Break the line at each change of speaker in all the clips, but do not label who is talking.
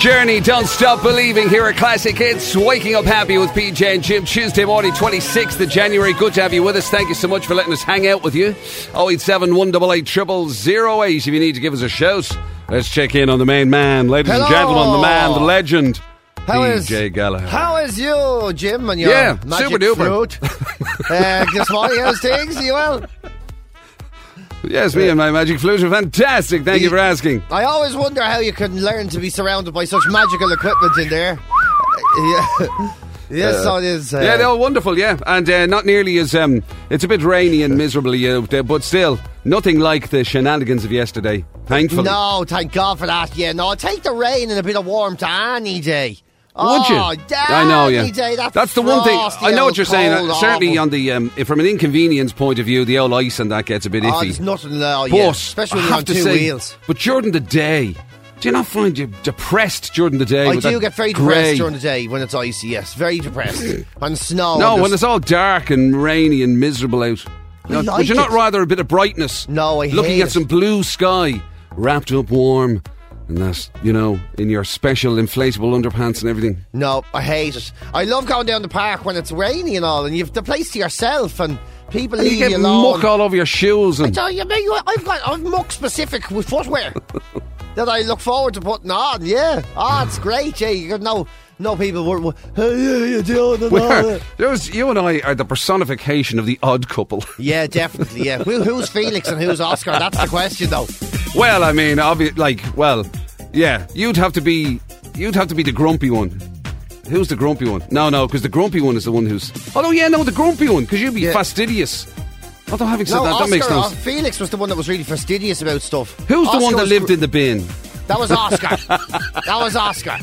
Journey, don't stop believing. Here at Classic Hits, waking up happy with PJ and Jim. Tuesday morning, 26th of January. Good to have you with us. Thank you so much for letting us hang out with you. Oh, 087 188 0008 if you need to give us a shout. Let's check in on the main man, ladies and
Hello.
gentlemen, the man, the legend,
How is-
PJ Gallagher.
How is you, Jim, and your
Yeah,
magic
super duper.
fruit? uh, this morning, how's things? Are you well?
Yes, me and my magic flute are fantastic. Thank you for asking.
I always wonder how you can learn to be surrounded by such magical equipment in there. Uh, Yeah. yes, so it is. Uh,
Yeah, they're all wonderful, yeah. And uh, not nearly as. Um, it's a bit rainy and miserable, yeah, but still, nothing like the shenanigans of yesterday, thankfully.
no, thank God for that. Yeah, no, take the rain and a bit of warmth ah, any day.
Would you?
Oh,
I know, yeah.
any Day, that
That's the one thing. I know what you're saying.
frosty old
uh, Certainly,
cold,
on the um, if from an inconvenience point of view, the old ice and that gets a bit
awful. Oh,
iffy.
there's nothing. Uh,
but
yeah, especially
I have
when you're on
to
two
say,
wheels.
But during the day, do you not find you depressed during the day?
I
with
do
that
get very
grey?
depressed during the day when it's icy. Yes, very depressed. and snow.
No,
and
when
there's-
it's all dark and rainy and miserable out. No,
like
would you not
it.
rather a bit of brightness?
No, I
Looking
hate
at
it.
some blue sky, wrapped up warm, and that's, you know, in your special inflatable underpants and everything.
No, I hate it. I love going down the park when it's rainy and all, and you've the place to yourself, and people
And
leave
you
you,
get
alone.
muck all over your shoes and.
So you mean you- I've got I've muck specific with footwear that I look forward to putting on. Yeah, oh, it's great. Yeah, you got no no people were, were hey, yeah, you doing and
We
all
are,
that."
there was, you and I are the personification of the odd couple.
Yeah, definitely. Yeah, Who, who's Felix and who's Oscar? That's the question, though.
well, I mean, obvi- like, well, yeah, you'd have to be, you'd have to be the grumpy one. Who's the grumpy one? No, no, because the grumpy one is the one who's. Oh no, yeah, no, the grumpy one, because you'd be
Yeah.
fastidious. Although having said
No,
that,
Oscar,
that makes no
uh,
sense.
Felix was the one that was really fastidious about stuff.
Who's the
Oscar
one that
was
lived
gr-
in the bin?
That was Oscar. that was Oscar.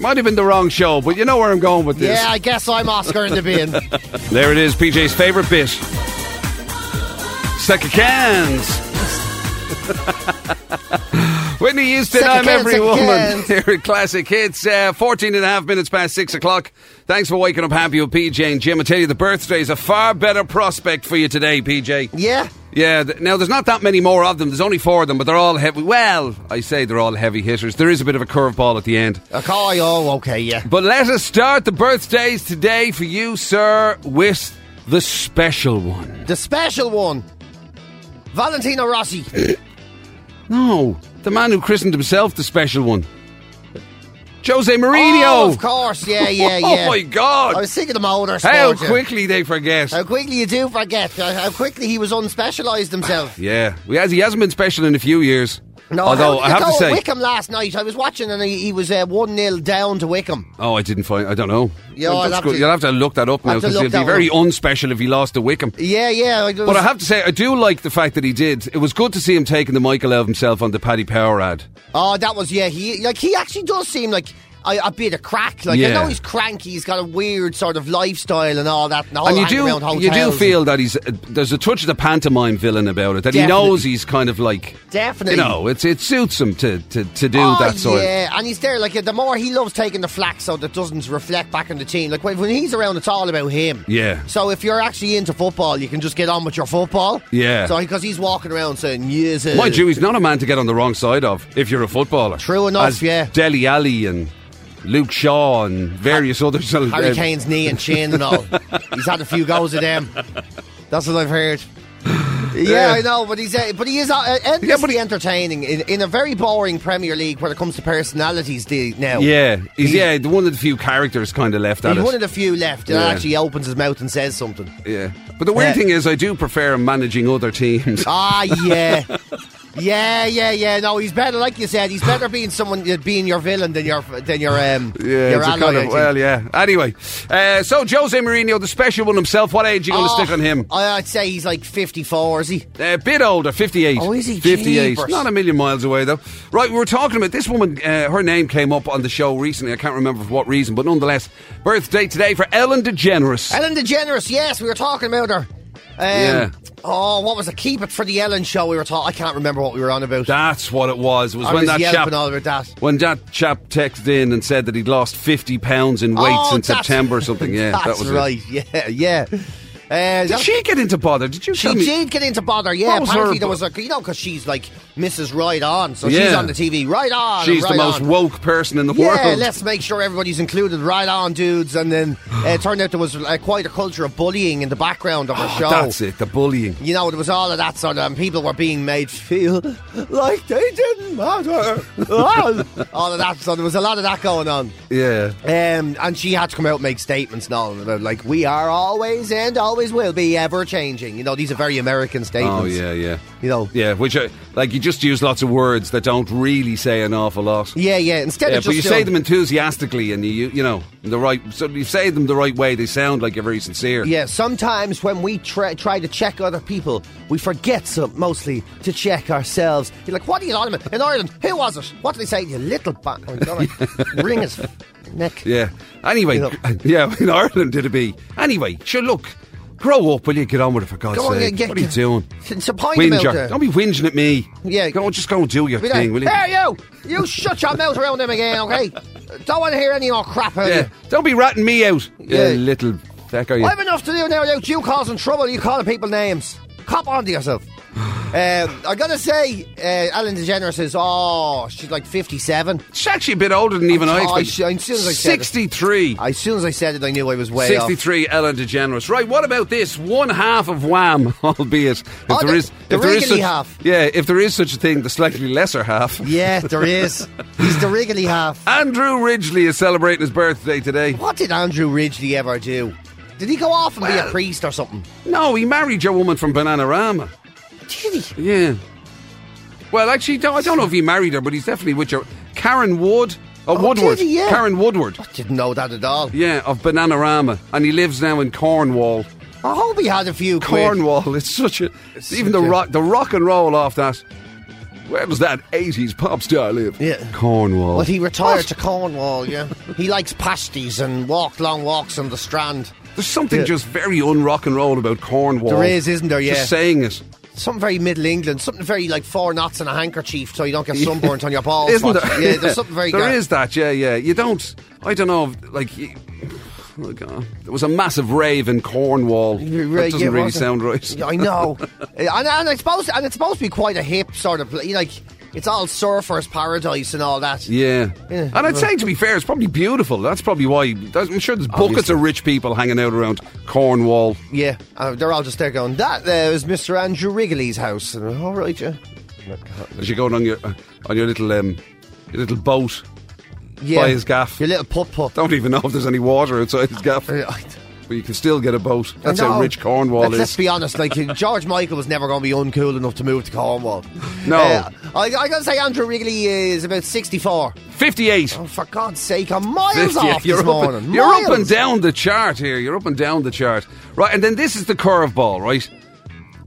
Might have been the wrong show, but you know where I'm going with this.
Yeah, I guess I'm Oscar in the bin.
There it is, PJ's favourite bit. Suck a cans. Whitney Houston,
Suck a
I'm
can,
every
suck a
woman.
can.
Here at Classic Hits, uh, 14 and a half minutes past 6 o'clock. Thanks for waking up happy with PJ and Jim. I tell you, the birthday is a far better prospect for you today, PJ.
Yeah.
Yeah, th- now there's not that many more of them. There's only four of them, but they're all heavy. Well, I say they're all heavy hitters. There is a bit of a curveball at the end.
A call, oh, okay, yeah.
But let us start the birthdays today for you, sir, with the special one.
The special one. Valentino Rossi.
No, the man who christened himself the special one. Jose Mourinho.
Oh, of course, yeah, yeah, yeah.
Oh my
I
God.
was thinking of motor sport.
How
yeah.
quickly they forget.
How quickly you do forget. uh, How quickly he was unspecialised himself.
Yeah, we has, he hasn't been special in a few years.
No,
Although
how did
I
it
have
go
to
at
say,
Wickham last night. I was watching and he, he was uh, 1 0 down to Wickham.
oh, I didn't find. I don't know.
Yeah, I'll
That's
have
good.
to-
You'll have to look that up now
have to
because
look
it'd be
that
very
up.
unspecial if he lost to Wickham.
Yeah, yeah. I
But I have to say, I do like the fact that he did. It was good to see him taking the Michael out of himself on the Paddy Power ad.
Oh, that was yeah. He like he actually does seem like a, a bit of crack. Like I
Yeah.
know he's cranky. He's got a weird sort of lifestyle and all that. And, all
and you
Oh, hang around
do
hotels
you do
and-
feel that he's uh, there's a touch of the pantomime villain about it that he
Definitely.
knows he's kind of like
Definitely.
you know it's it suits him to to, to do
Oh,
that sort of
yeah, and he's there. Like the more he loves taking the flack, so that doesn't reflect back on the team. Like when when he's around, it's all about him.
Yeah.
So if you're actually into football, you can just get on with your football.
Yeah.
So because he's walking around saying, "Yes, uh,
mind you he's not a man to get on the wrong side of if you're a footballer
True enough,
As
yeah.
Deli Ali and Luke Shaw and various others
Harry
uh,
Kane's knee and chin and all. he's had a few goes at them. That's what I've heard. Yeah,
Yeah.
I know, but he's uh, but he is uh, endlessly
Yeah, but he-
entertaining in, in a very boring Premier League when it comes to personalities the- now.
yeah he's yeah the one of the few characters kind of left at
He's
it
one of the few left that
Yeah.
actually opens his mouth and says something.
yeah but the weird
Yeah.
thing is I do prefer him managing other teams
Ah, yeah. yeah, yeah, yeah. No, he's better, like you said, he's better being someone, uh, being your villain than your, than your, um,
Yeah,
your
it's a
ally.
kind
I
of,
think.
well, yeah. Anyway, uh, so Jose Mourinho, the special one himself, what age are you going to
Oh,
stick on him?
I- I'd say he's like 54, is he?
A bit older, 58.
Oh, is he?
58.
Jeepers.
Not a million miles away, though. Right, we were talking about this woman. Uh, her name came up on the show recently. I can't remember for what reason, but nonetheless, birthday today for Ellen DeGeneres.
Ellen DeGeneres, yes, we were talking about her. Um,
Yeah.
Oh, what was it? Keep it for the Ellen show we were talking. I can't remember what we were on about.
That's what it was. It was
I
when
was
that
yelping
chap.
all about that.
When that chap texted in and said that he'd lost 50 pounds in weight
Oh,
since
that's-
September or something. Yeah,
that's
that was it.
right. Yeah, yeah. Uh,
Did she get into bother? Did you
She
tell me?
did get into bother, yeah.
What was her
Apparently, there
bu-
was a you know because she's like Mrs. Right On. So she's
Yeah.
on the TV. Right on.
She's
right
the most
on.
woke person in the
Yeah,
world.
let's make sure everybody's included. Right on, dudes. And then uh, it turned out there was uh, quite a culture of bullying in the background of her
Oh,
show.
That's it, the bullying.
You know, it was all of that sort of, and people were being made feel like they didn't matter. all of that. So there was a lot of that going on.
Yeah.
Um, and she had to come out and make statements and all about like we are always and always will be ever changing. You know, these are very American statements.
Oh, yeah, yeah.
You know.
Yeah, which, uh, like, you just use lots of words that don't really say an awful lot.
Yeah, yeah. Instead
Yeah,
of
but
just
you say
doing-
them enthusiastically, and you you know the right. So you say them the right way. They sound like you're very sincere.
Yeah, sometimes when we try, try to check other people, we forget some, mostly to check ourselves. You're like, what are you on about? In Ireland, who was it? What did they say? You little bat. Oh, God, I- ring his neck.
Yeah. Anyway,
You know.
yeah. In Ireland, it'd be anyway. Sure, look, grow up, will you? Get on with it for God's
Go on,
sake.
yeah, get-
what are you doing?
It's a point about
Whinger.
it.
Don't be whinging at me.
Yeah.
Go on, just go and do your
Be
thing, will
like,
you?
hey, you! You shut your mouth around them again, okay? Don't want to hear any more crap out of you.
Yeah. Don't be ratting me out.
Yeah.
You little feck, are you?
I've enough to do now without you causing trouble. You calling people names. Cop on to yourself. Um, I gotta say, uh, Ellen DeGeneres is oh, she's like fifty-seven.
She's actually a bit older than even I
Oh, I
expected.
sh- as soon as I said it.
Sixty-three.
As soon as I said it, I knew I was way off.
63 Ellen DeGeneres. Right, what about this? One half of Wham, albeit. If
Oh, the-
there is,
the
if there is
wriggly
such,
half.
Yeah, if there is such a thing, the slightly lesser half.
Yeah, there is. He's the wriggly half.
Andrew Ridgely is celebrating his birthday today.
What did Andrew Ridgely ever do? Did he go off and be a priest or something?
No, he married your woman from Bananarama.
Did he?
Yeah. Well, actually, no, I don't know if he married her, but he's definitely with your Karen Wood. Oh,
Oh,
Woodward.
did he? Yeah.
Karen Woodward.
Didn't know that at all.
Yeah, of Bananarama. And he lives now in Cornwall.
I hope he had a few quid.
Cornwall. It's such a even the
such a-
rock the rock and roll off that. Where does that eighties pop star live?
Yeah.
Cornwall.
But he retired
What?
to Cornwall, yeah. he likes pasties and walk long walks on the strand.
There's something
Yeah.
just very un rock and roll about Cornwall.
There is, isn't there? Yeah.
Just saying it.
Something very Middle England, something very like four knots and a handkerchief so you don't get sunburnt on your balls.
Isn't
Fox.
there?
Yeah, there's something very
There
good.
is that. Yeah, yeah. You don't. I don't know. if- Like. You, oh, God. There was a massive rave in Cornwall.
Right,
that doesn't
yeah,
really
wasn't-
sound right.
Yeah, I know. and, and it's supposed and it's supposed to be quite a hip sort of pla- you know, like it's all surfers paradise and all that.
Yeah.
Yeah.
And I'd say, to be fair, it's probably beautiful. That's probably why. I'm sure there's buckets
Obviously.
of rich people hanging out around Cornwall.
Yeah, uh, they're all just there going. That there is Mr. Andrew Wrigley's house. And, all right, yeah.
as you're going on your uh, on your little um, your little boat.
yeah.
By his gaff.
Your little putt putt.
Don't even know if there's any water outside his gaff, but
Right.
you can still get a boat. That's
No.
how rich Cornwall
Let's,
is.
let's be honest. Like George Michael was never going to be uncool enough to move to Cornwall.
No.
Uh, I, I gotta say Andrew Wrigley is about sixty-four.
58.
Oh, for God's sake, I'm miles
50.
off
you're
this
up,
morning.
And, you're up and
Miles.
down the chart here. You're up and down the chart. Right, and then this is the curveball, right?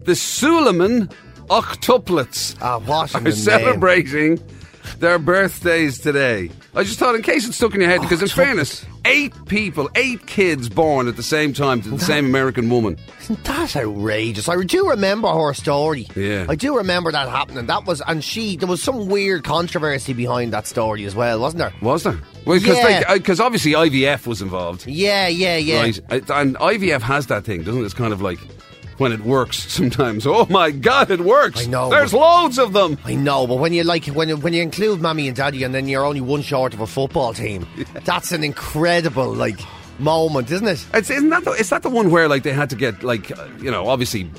The Suleiman octuplets
Ah, what in the
are
name.
celebrating their birthdays today. I just thought, in case it's stuck in your head, because in fairness, eight people, eight kids born at the same time to the same American woman.
Isn't that outrageous? I do remember her story.
Yeah.
I do remember that happening. That was, and she, there was some weird controversy behind that story as well, wasn't there?
Was there? Well,
Yeah.
because obviously IVF was involved,
Yeah, yeah, yeah.
right? And IVF has that thing, doesn't it? It's kind of like when it works sometimes. Oh my God, it works!
I know.
There's loads of them.
I know, but when you like when you- when you include mommy and daddy, and then you're only one short of a football team, that's an incredible like moment, isn't it?
It's, isn't that the, is that the one where like they had to get like uh, you know obviously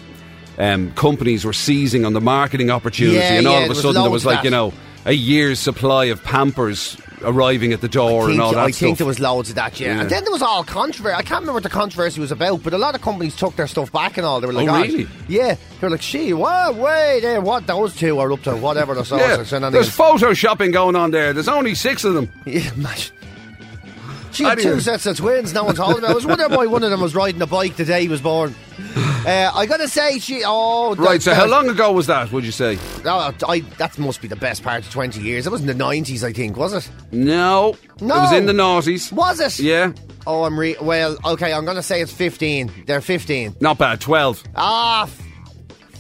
um, companies were seizing on the marketing opportunity,
Yeah,
and all
yeah,
of
there
a
was
sudden there
loads
was
of
like you
that.
know a year's supply of Pampers arriving at the door
think-
and all that
I
stuff.
think there was loads of that, yeah.
Yeah.
And then there was all controversy. I can't remember what the controversy was about, but a lot of companies took their stuff back and all. They were like,
Oh,
"Ah,
really?
Yeah. They were like, she, what, wait, there, what, those two are up to, whatever the
yeah,
sausage. and
there's photoshopping going on there. There's only six of them.
Yeah, imagine. She had
Anyway.
two sets of twins. No one told me. I was wondering why one of them was riding a bike the day he was born. Uh, I gotta say, she. Oh,
Right.
that-
So how long ago was that? Would you say?
Oh, I, that must be the best part of twenty years. It was in the nineties, I think, was it?
No.
No.
It was in the noughties.
Was it?
Yeah.
Oh, I'm re. Well, okay, I'm gonna say it's fifteen. They're fifteen.
Not bad. 12.
Ah, f-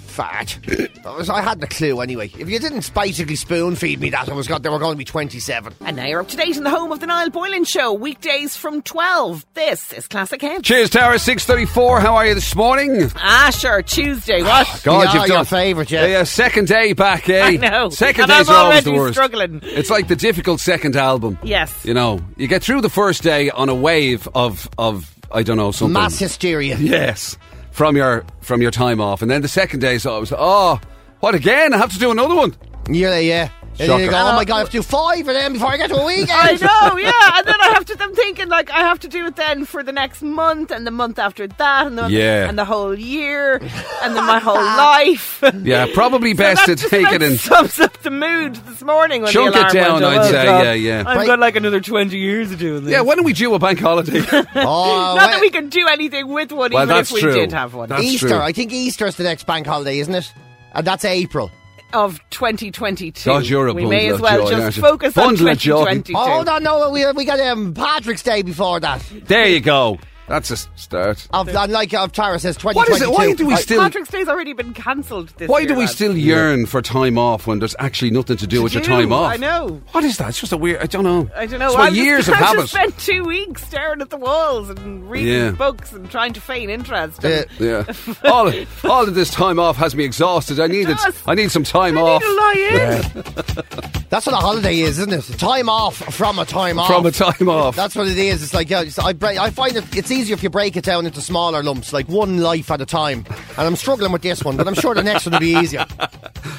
fart. I was- I hadn't a clue anyway. If you didn't basically spoon feed me that, I was got there were going to be 27.
And now you're up to date in the home of the Niall Boylan Show, weekdays from 12. This is Classic Hits.
Cheers, Tara. Six thirty-four. How are you this morning?
Asher Tuesday,
Ah,
what?
Yeah, your favourite, yeah.
Yeah, second day back, eh?
I know.
Second
And
days
I'm
are always
already
the worst.
struggling.
It's like the difficult second album.
Yes.
You know, you get through the first day on a wave of of I don't know something.
Mass hysteria.
Yes. From your from your time off, and then the second day is always oh, what again? I have to do another one.
Yeah, yeah. And then
Shocker.
you go, oh my god, I have to do five of them before I get to a weekend.
I know, yeah. And then I have to, I'm thinking, like, I have to do it then for the next month and the month after that and the,
Yeah.
and the whole year and then my whole life.
Yeah, probably best to
That just
take it
about
and
sums up the mood this morning when
Chunk it
the alarm
down,
went off.
I'd
Oh,
say,
God,
yeah, yeah.
I've
Right.
got like another 20 years of doing this.
yeah. When do we do a bank holiday?
Oh,
Not that
well,
we can do anything with one,
Well,
even
that's
if we
true.
did have one.
That's
Easter.
true.
I think Easter's the next bank holiday, isn't it? And that's April.
of 2022.
God, you're a
we
bundle
may
of
as well
joy, aren't
just
you?
focus on
Bundle of joy.
2022.
Oh, hold on, no, we we got um, Patrick's Day before that.
there you go. That's a s- start.
Of, and like of Tara says, twenty.
What is it? Why do we still?
Patrick's Day's already been cancelled this
Why
year.
do we
lads.
still yearn for time off when there's actually nothing to do with your
do,
time off?
I know.
What is that? It's just a weird. I don't know.
I don't know.
It's my
I've
years
just,
of
I've
habit.
just spent two weeks staring at the walls and reading
Yeah.
books and trying to feign interest.
Yeah.
and
yeah. all, all of this time off has me exhausted. I needed.
does.
I need some time
I
off.
need to lie in.
That's what a holiday is, isn't it? Time off from a time off.
From a time off.
That's what it is. It's like yeah, it's- I, break, I find it, it's easier if you break it down into smaller lumps, like one life at a time. And I'm struggling with this one, but I'm sure the next one will be easier.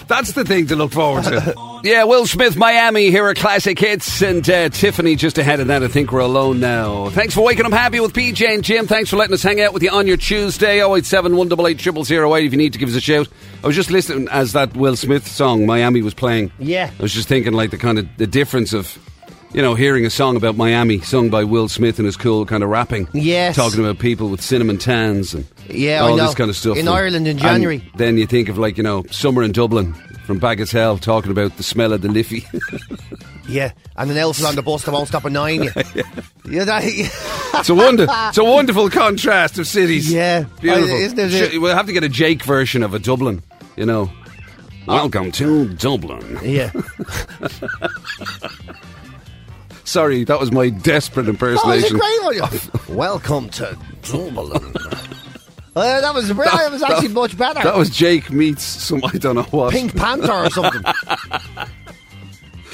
That's the thing to look forward to. yeah, Will Smith, Miami, here at Classic Hits, and uh, Tiffany just ahead of that. I think we're alone now. Thanks for waking up happy with PJ and Jim. Thanks for letting us hang out with you on your Tuesday. 087 188 0008 if you need to give us a shout. I was just listening as that Will Smith song, Miami, was playing.
Yeah.
I was just thinking, like, the kind of the difference of. You know, hearing a song about Miami sung by Will Smith and his cool kind of rapping.
Yes.
Talking about people with cinnamon tans and
Yeah, I
all
know.
this kind of stuff.
In
And-
Ireland in
and
January.
then you think of like you know summer in Dublin from Bag as Hell talking about the smell of the liffey.
Yeah. And an elephant on the bus that won't stop annoying you. yeah. that-
it's a wonder. It's a wonderful contrast of cities.
Yeah.
beautiful.
Uh, isn't it-
Sh- We'll have to get a Jake version of a Dublin. You know, welcome to Dublin.
yeah.
Sorry, that was my desperate
Oh, it's a
impersonation.
great one. Welcome to Dublin. Uh, that was that was actually much better.
that was Jake meets some I don't know what.
Pink Panther or something.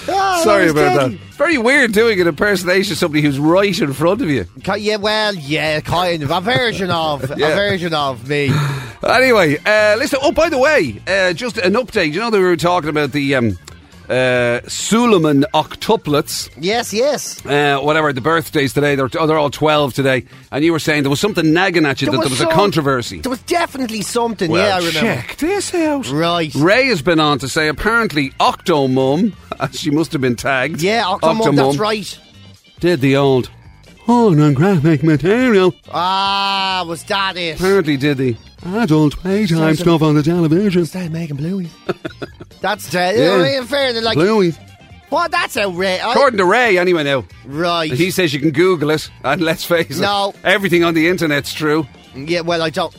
Ah,
Sorry
was
about
good.
that. It's very weird doing an impersonation of somebody who's right in front of you.
Ki- Yeah, well, yeah, kind of a version of
Yeah.
a version of me.
Anyway, uh, listen. Oh, by the way, uh, just an update. You know, that we were talking about the um, uh, Suleiman octuplets,
Yes, yes.
uh, whatever the birthdays today. They're, oh, they're all twelve today. And you were saying there was something nagging at you that there was a
some-
controversy.
There was definitely something.
well,
yeah, I remember.
check this out.
Right.
Ray has been on to say apparently Octomum, as she must have been tagged.
Yeah, Octomom, that's right.
Did the old pornographic material.
Ah, was that it?
Apparently, did the adult playtime
Sounds a-
stuff on the television.
Started making blueies. that's uh,
Yeah.
yeah. in fairness, like
Bluey.
what? That's a rare.
According to Ray, anyway, now.
right.
He says you can Google it, and let's face it,
No.
everything on the internet's true.
Yeah, well, I don't.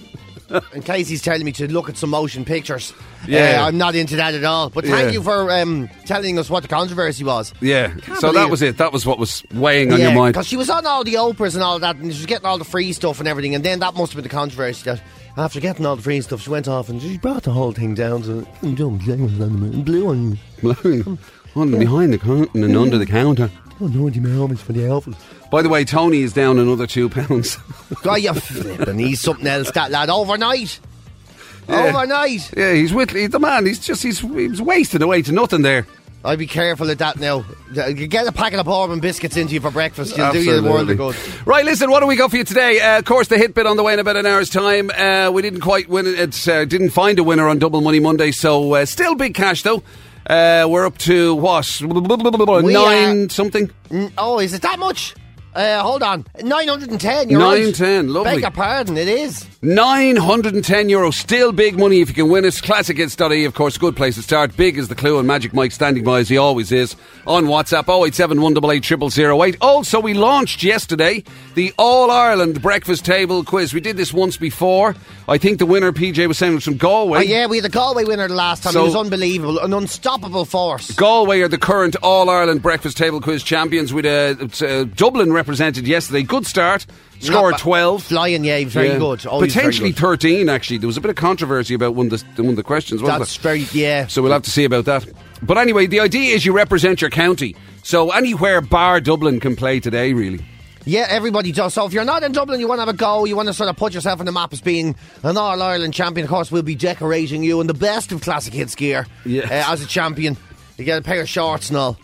In case he's telling me to look at some motion pictures,
Yeah.
Uh, I'm not into that at all. But thank
Yeah.
you for um, telling us what the controversy was.
Yeah. So
believe
that
it.
was it. That was what was weighing on your mind.
because she was on all the Oprahs and all that, and she was getting all the free stuff and everything. And then that must have been the controversy that after getting all the free stuff, she went off and she brought the whole thing down to "Mm, "I'm dumb, I was on the moon, blue on you.
on behind the curtain and under the counter.
Oh no, the moments for the elephant.
By the way, Tony is down another two pounds.
God, you flipping. He's something else, that lad. Overnight.
Yeah.
Overnight.
yeah, he's with he's the man. He's just he's he's wasting away to nothing there.
I'd be careful of that now. You Get a packet of bourbon biscuits into you for breakfast. You'll do you the world of good.
Right, listen, what do we got for you today? Uh, of course, the hit bit on the way in about an hour's time. Uh, we didn't quite win it, it's, uh, didn't find a winner on Double Money Monday, so uh, still big cash though. Uh, we're up to what?
We
Nine something?
Mm, Oh, is it that much? Uh, hold on, nine hundred and ten. You're right.
910, lovely.
Beg your pardon. It is.
910 euro. Still big money if you can win it. Classichits.ie, of course, good place to start. Big is the clue, and Magic Mike standing by as he always is on WhatsApp 087 Also, we launched yesterday the All Ireland Breakfast Table Quiz. We did this once before. I think the winner, PJ, was sending us from Galway.
Oh, yeah, we had the Galway winner the last time.
So-
he was unbelievable, an unstoppable force.
Galway are the current All Ireland Breakfast Table Quiz champions with uh, uh, Dublin represented yesterday. Good start. Score
Not ba-
12.
Flying, yeah, very
Yeah.
good. Always very
Potentially
good.
13, actually. There was a bit of controversy about one of the, one of the questions, wasn't
That's
there?
very yeah.
So we'll have to see about that. But anyway, the idea is you represent your county. So anywhere bar Dublin can play today, really.
Yeah, everybody does. So if you're not in Dublin, you want to have a go, you want to sort of put yourself on the map as being an All Ireland champion. Of course, we'll be decorating you in the best of classic hits gear
Yes.
uh, as a champion. You get a pair of shorts and all.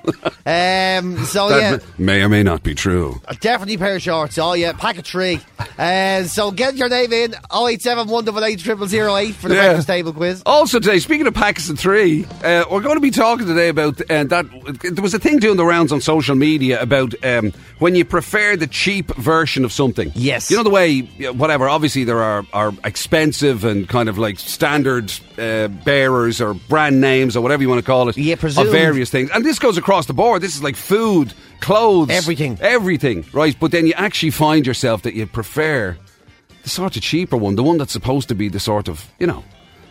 um, so
That
yeah,
m- may or may not be true.
definitely a pair of shorts. Oh yeah, pack of three. Uh, so get your name in 087 188 0008 for the
Yeah.
breakfast table quiz.
Also today, speaking of packs of three, uh, we're going to be talking today about uh, that. There was a thing doing the rounds on social media about um, when you prefer the cheap version of something.
Yes.
you know the way, you know, whatever. Obviously, there are are expensive and kind of like standard uh, bearers or brand names or whatever you want to call it.
Yeah,
of
presumed.
various things, and this goes across the board. This is like food, clothes,
Everything.
everything, right? But then you actually find yourself that you prefer the sort of cheaper one, the one that's supposed to be the sort of, you know,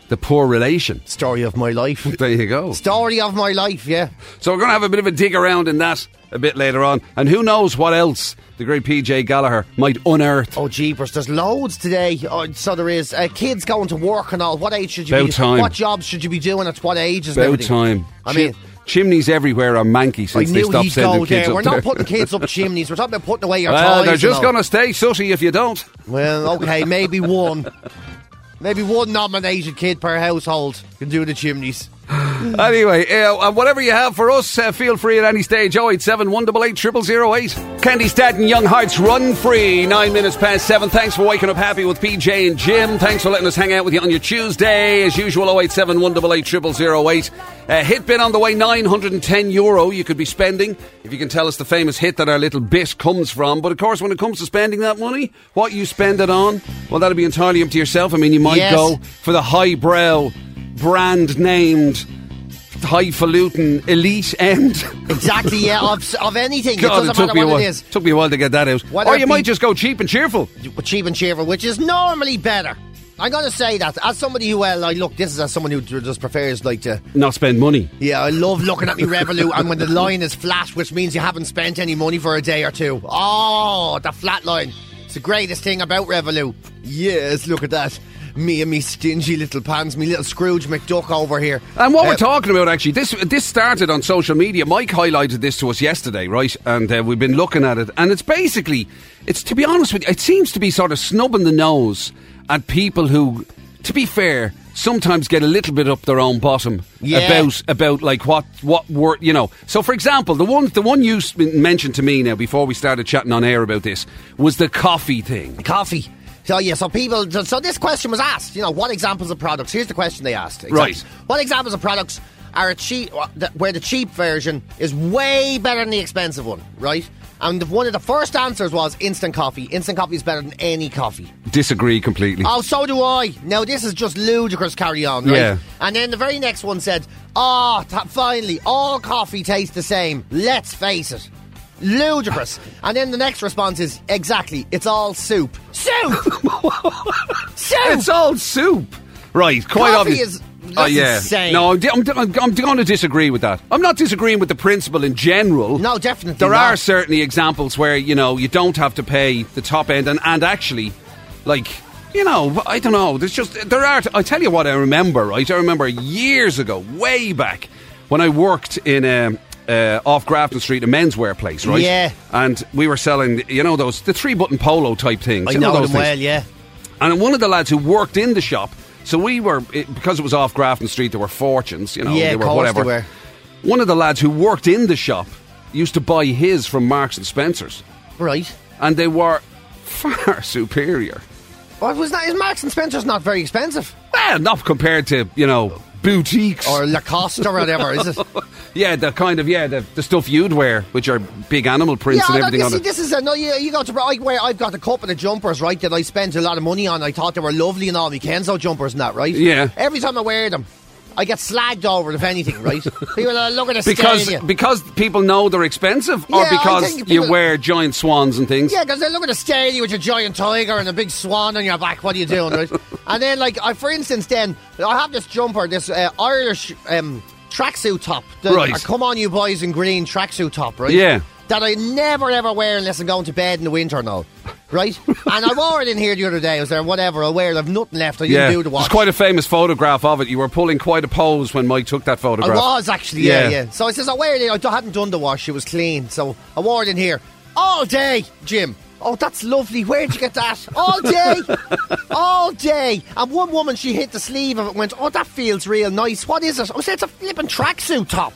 the poor relation.
Story of my life.
There you go.
Story of my life, yeah.
So we're going to have a bit of a dig around in that a bit later on. And who knows what else the great PJ Gallagher might unearth.
Oh, jeepers, there's loads today. Oh, so there is. Uh, kids going to work and all. What age should you
About
be
time.
What jobs should you be doing at what ages? and
About
everything?
time.
I
Chim-
mean,
chimneys everywhere are manky
I
since they
knew
stopped
he'd go
sending
there.
kids
We're
up
not
there.
putting kids up chimneys. We're talking about putting away your
well,
toys.
they're
and
just
all.
going to stay sooty if you don't.
Well, okay, maybe one. Maybe one nominated kid per household can do the chimneys.
Anyway, uh, and whatever you have for us, uh, feel free at any stage. Oh, 087 188 0008. Candy Staten, Young Hearts, run free. Nine minutes past seven. Thanks for waking up happy with PJ and Jim. Thanks for letting us hang out with you on your Tuesday. As usual, oh, 087 188 0008. Uh, hit bid on the way, 910 euro you could be spending if you can tell us the famous hit that our little bit comes from. But of course, when it comes to spending that money, what you spend it on, well, that'll be entirely up to yourself. I mean, you might
Yes.
go for the highbrow, brand named highfalutin elite end.
Exactly, yeah, of, s- of anything.
God,
it
it
doesn't
took me
matter
a
what
while.
it is.
Took me a while to get that out.
Whether
or
it
you
be-
might just go cheap and cheerful.
cheap and cheerful, which is normally better. I'm going to say that as somebody who, well, I look, this is as someone who just prefers like to
Not spend money.
Yeah, I love looking at me Revolut and when the line is flat, which means you haven't spent any money for a day or two. Oh, the flat line. It's the greatest thing about Revolut. Yes, look at that. Me and me stingy little pants, me little Scrooge McDuck over here.
And what
Uh,
we're talking about, actually, this this started on social media. Mike highlighted this to us yesterday, right? And uh, we've been looking at it, and it's basically, it's to be honest with you, it seems to be sort of snubbing the nose at people who, to be fair, sometimes get a little bit up their own bottom
Yeah.
about about like what what were you know. So, for example, the one the one you s- mentioned to me now before we started chatting on air about this was the coffee thing.
Coffee. So yeah, so people. So, so this question was asked. You know, what examples of products? Here's the question they asked. Exactly.
Right.
What examples of products are a cheap, where the cheap version is way better than the expensive one, right? And one of the first answers was instant coffee. Instant coffee is better than any coffee.
Disagree completely.
Oh, so do I. Now this is just ludicrous. Carry on, right?
Yeah.
And then the very next one said, "Ah, oh, finally, all coffee tastes the same. Let's face it." Ludicrous. And then the next response is exactly, it's all soup. Soup! soup!
It's all soup. Right, quite
Coffee
obvious. Oh,
is- that's insane.
No, I'm, I'm, I'm, going to disagree with that. I'm not disagreeing with the principle in general.
No, definitely
There
not.
are certainly examples where, you know, you don't have to pay the top end and, and actually, like, you know, I don't know. There's just, there are, I tell you what I remember, right? I remember years ago, way back, when I worked in um uh, off Grafton Street, a menswear place, right?
Yeah.
And we were selling, you know, those, the three button polo type things.
I
you know,
know
those
them
things.
well, yeah.
And one of the lads who worked in the shop, so we were it, because it was off Grafton Street. There were fortunes, you know.
yeah,
they
of
were
course
whatever.
they were.
One of the lads who worked in the shop used to buy his from Marks and Spencers,
Right.
and they were far superior.
What was that? Is Marks and Spencer's not very expensive?
Well, not compared to you know boutiques.
Or Lacoste or whatever, is it?
Yeah, the kind of yeah, the, the stuff you'd wear, which are big animal prints
Yeah,
and
no,
everything
you
on
see,
it.
this is a no. You, you go to I wear. I've got a couple of jumpers, right? That I spent a lot of money on. I thought they were lovely and all. My Kenzo jumpers and that, right?
Yeah.
Every time I wear them, I get slagged over it, if anything, right? People are looking at
because
you.
because people know they're expensive,
Yeah,
or
I
because
think
you
people-
wear giant swans and things.
Yeah, because they're looking to scare you with your giant tiger and a big swan on your back. What are you doing, right? and then, like, I, for instance, then I have this jumper, this uh, Irish um, tracksuit top. The,
Right.
uh, come on, you boys in green tracksuit top, right?
Yeah.
That I never ever wear unless I'm going to bed in the winter now, right? and I wore it in here the other day. I was there, whatever. I wear it. I've nothing left. I
Yeah,
didn't do the watch.
there's quite a famous photograph of it. You were pulling quite a pose when Mike took that
I
photograph.
was actually, yeah,
Yeah.
yeah. So I says "Oh, I wear it. in- I d- hadn't done the wash; it was clean. So I wore it in here all day, Jim. Oh, that's lovely. Where'd you get that? All day, all day. And one woman, she hit the sleeve of it. and Went, oh, that feels real nice. What is it? I said, it's a flipping tracksuit top.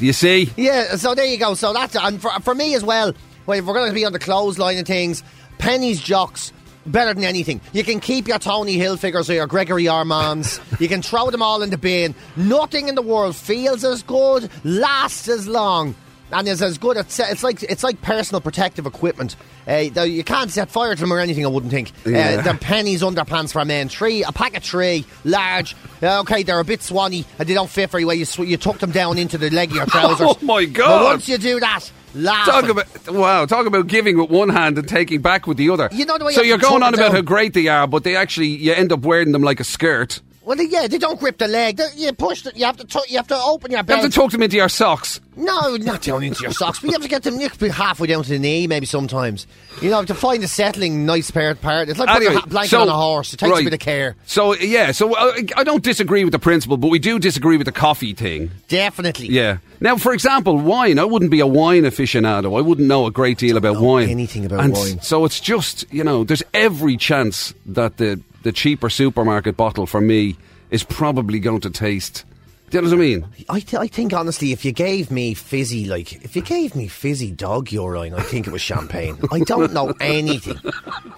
You see,
Yeah. So there you go. So that's and for, for me as well. Well, if we're going to be on the clothesline and things, pennies, jocks. Better than anything. You can keep your Tony Hill figures or your Gregory Armands. you can throw them all in the bin. Nothing in the world feels as good, lasts as long, and is as good. At se- it's like it's like personal protective equipment. Uh, though you can't set fire to them or anything. I wouldn't think.
Yeah.
Uh, they're pennies, underpants for men. Three, a pack of three, large. Uh, okay, they're a bit swanny and they don't fit very well. You sw- you tuck them down into the leg of your trousers.
Oh, my God.
But once you do that, laugh.
talk about wow, talk about giving with one hand and taking back with the other.
You know the way
so
you
you're
have to
going
tone
on
it
about
down.
how great they are, but they actually you end up wearing them like a skirt.
well, they- yeah, they don't grip the leg. They- you push. The, you have to. tu- you have to open your
You
belt.
have to tuck them into your socks.
no, not down into your socks. But you have to get them. You could be halfway down to the knee, maybe sometimes. You know, to find a settling nice pair. part. It's like putting
Anyway,
a ha- blanket on a horse. It takes
right.
a bit of care.
So yeah, so uh, I don't disagree with the principle, but we do disagree with the coffee thing.
Definitely.
Yeah. Now, for example, wine. I wouldn't be a wine aficionado. I wouldn't know a great deal about wine.
anything about
And
wine.
So it's just you know, there's every chance that the the cheaper supermarket bottle for me is probably going to taste. Do you know what I mean?
I, th- I think honestly, if you gave me fizzy, like if you gave me fizzy dog urine, I think it was champagne. I don't know anything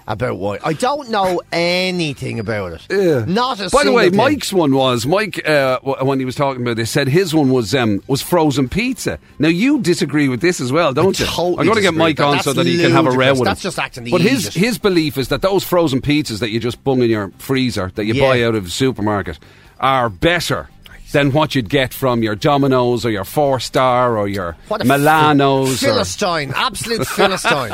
about wine. I don't know anything about it. Not
By the
a single
way,
thing.
Mike's one was Mike uh, w- when he was talking about this said his one was um, was frozen pizza. Now you disagree with this as well, don't you?
totally
I'm going to get
disagree
Mike
with that.
on so
That's
that he can have a row
ludicrous.
with
That's
him.
just acting
But his
idiot.
his belief is that those frozen pizzas that you just bung in your freezer that you
Yeah.
buy out of the supermarket are better. Than what you'd get from your Domino's or your Four Star or your
What a
Milano's.
phil-
or- Oh,
philistine, absolute philistine.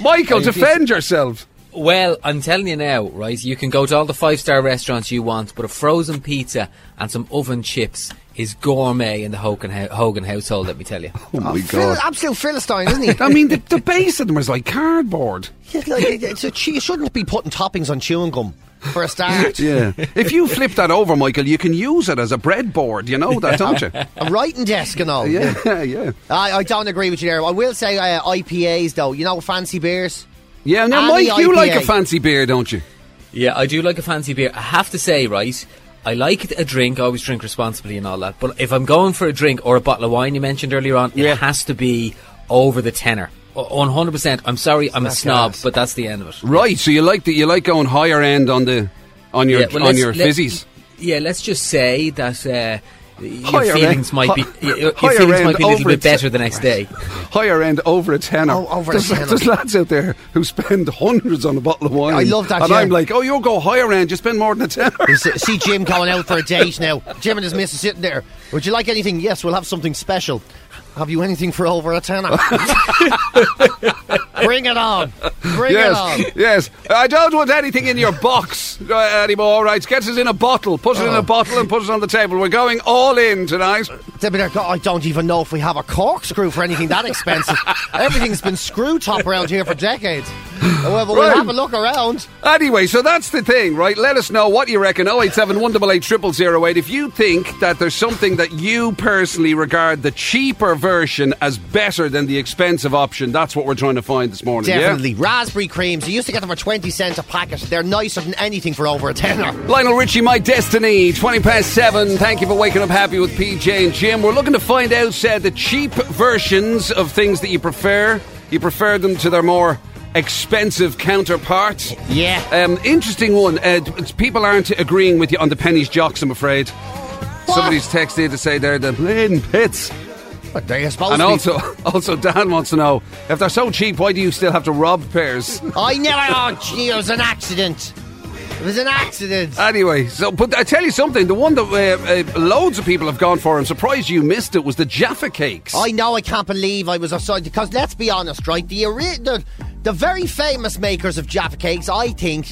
Michael, defend yourself.
Well, I'm telling you now, right? You can go to all the five star restaurants you want, but a frozen pizza and some oven chips is gourmet in the Hogan, hou- Hogan household. Let me tell you.
Oh my
Phil-
God.
absolute philistine, isn't he?
I mean, the, the base of them is like cardboard.
Yeah, like, it's a che- you shouldn't be putting toppings on chewing gum for a start.
Yeah. If you flip that over, Michael, you can use it as a breadboard. You know that, don't you?
A writing desk and all.
Yeah, yeah, yeah.
I, I don't agree with you there. I will say uh, IPAs though. You know, fancy beers.
Yeah, now,
Any
Mike, you like a
IPA.
fancy beer, don't you?
Yeah, I do like a fancy beer. I have to say, right? I like a drink. I always drink responsibly and all that. But if I'm going for a drink or a bottle of wine you mentioned earlier on,
Yeah.
it has to be over the tenner. O- 100%. I'm sorry, I'm a snob,
gas.
but that's the end of it.
Right. So you like that? You like going higher end on the on your
Yeah, well,
on
let's-
your
let-
fizzies.
Yeah, let's just say that uh, your
Higher
feelings
end-
might be
hi-
your, your
higher
feelings
end
might be a little
over
bit
its-
better the next day.
Higher end over a tenner.
Oh, over a
there's,
tenner.
There's lads out there who spend hundreds on a bottle of wine.
I love that,
And
yeah.
I'm like, oh, you'll go higher end. You spend more than a tenner.
You see see Jim going out for a date now. Jim and his missus sitting there. Would you like anything? Yes, we'll have something special. Have you anything for over a tenner? Bring it on. Bring it
yes, yes. I don't want anything in your box uh, anymore. Right, get it in a bottle. Put it
Oh.
in a bottle and put it on the table. We're going all in tonight.
on. They'll be like, "Oh, I don't even know if we have a corkscrew for anything that expensive. Everything's been screw top around here for decades. However, we'll
Right.
have a look around.
Anyway, so that's the thing, right? Let us know what you reckon. 087 188 If you think that there's something that you personally regard the cheaper version as better than the expensive option, that's what we're trying to find this morning. yeah?
Definitely. Raspberry creams. You used to get them for 20 cents a packet. They're nicer than anything for over a tenner.
Lionel Richie, My Destiny, 20 past 7. Thank you for waking up happy with PJ and Jim. We're looking to find out uh, the cheap versions of things that you prefer. You prefer them to their more expensive counterparts.
Yeah.
Um, interesting one. Uh, d- people aren't agreeing with you on the pennies jocks, I'm afraid. Somebody's texted to say they're the Bladen Pits.
But they are supposed
And
to be-
also, also Dan wants to know if they're so cheap, why do you still have to rob pairs?
I never. Oh, gee, it was an accident. It was an accident.
Anyway, so but I tell you something, the one that uh, uh, loads of people have gone for, I'm surprised you missed it, was the Jaffa cakes.
I know I can't believe I was offside because let's be honest, right? The, ori- the the very famous makers of Jaffa cakes, I think,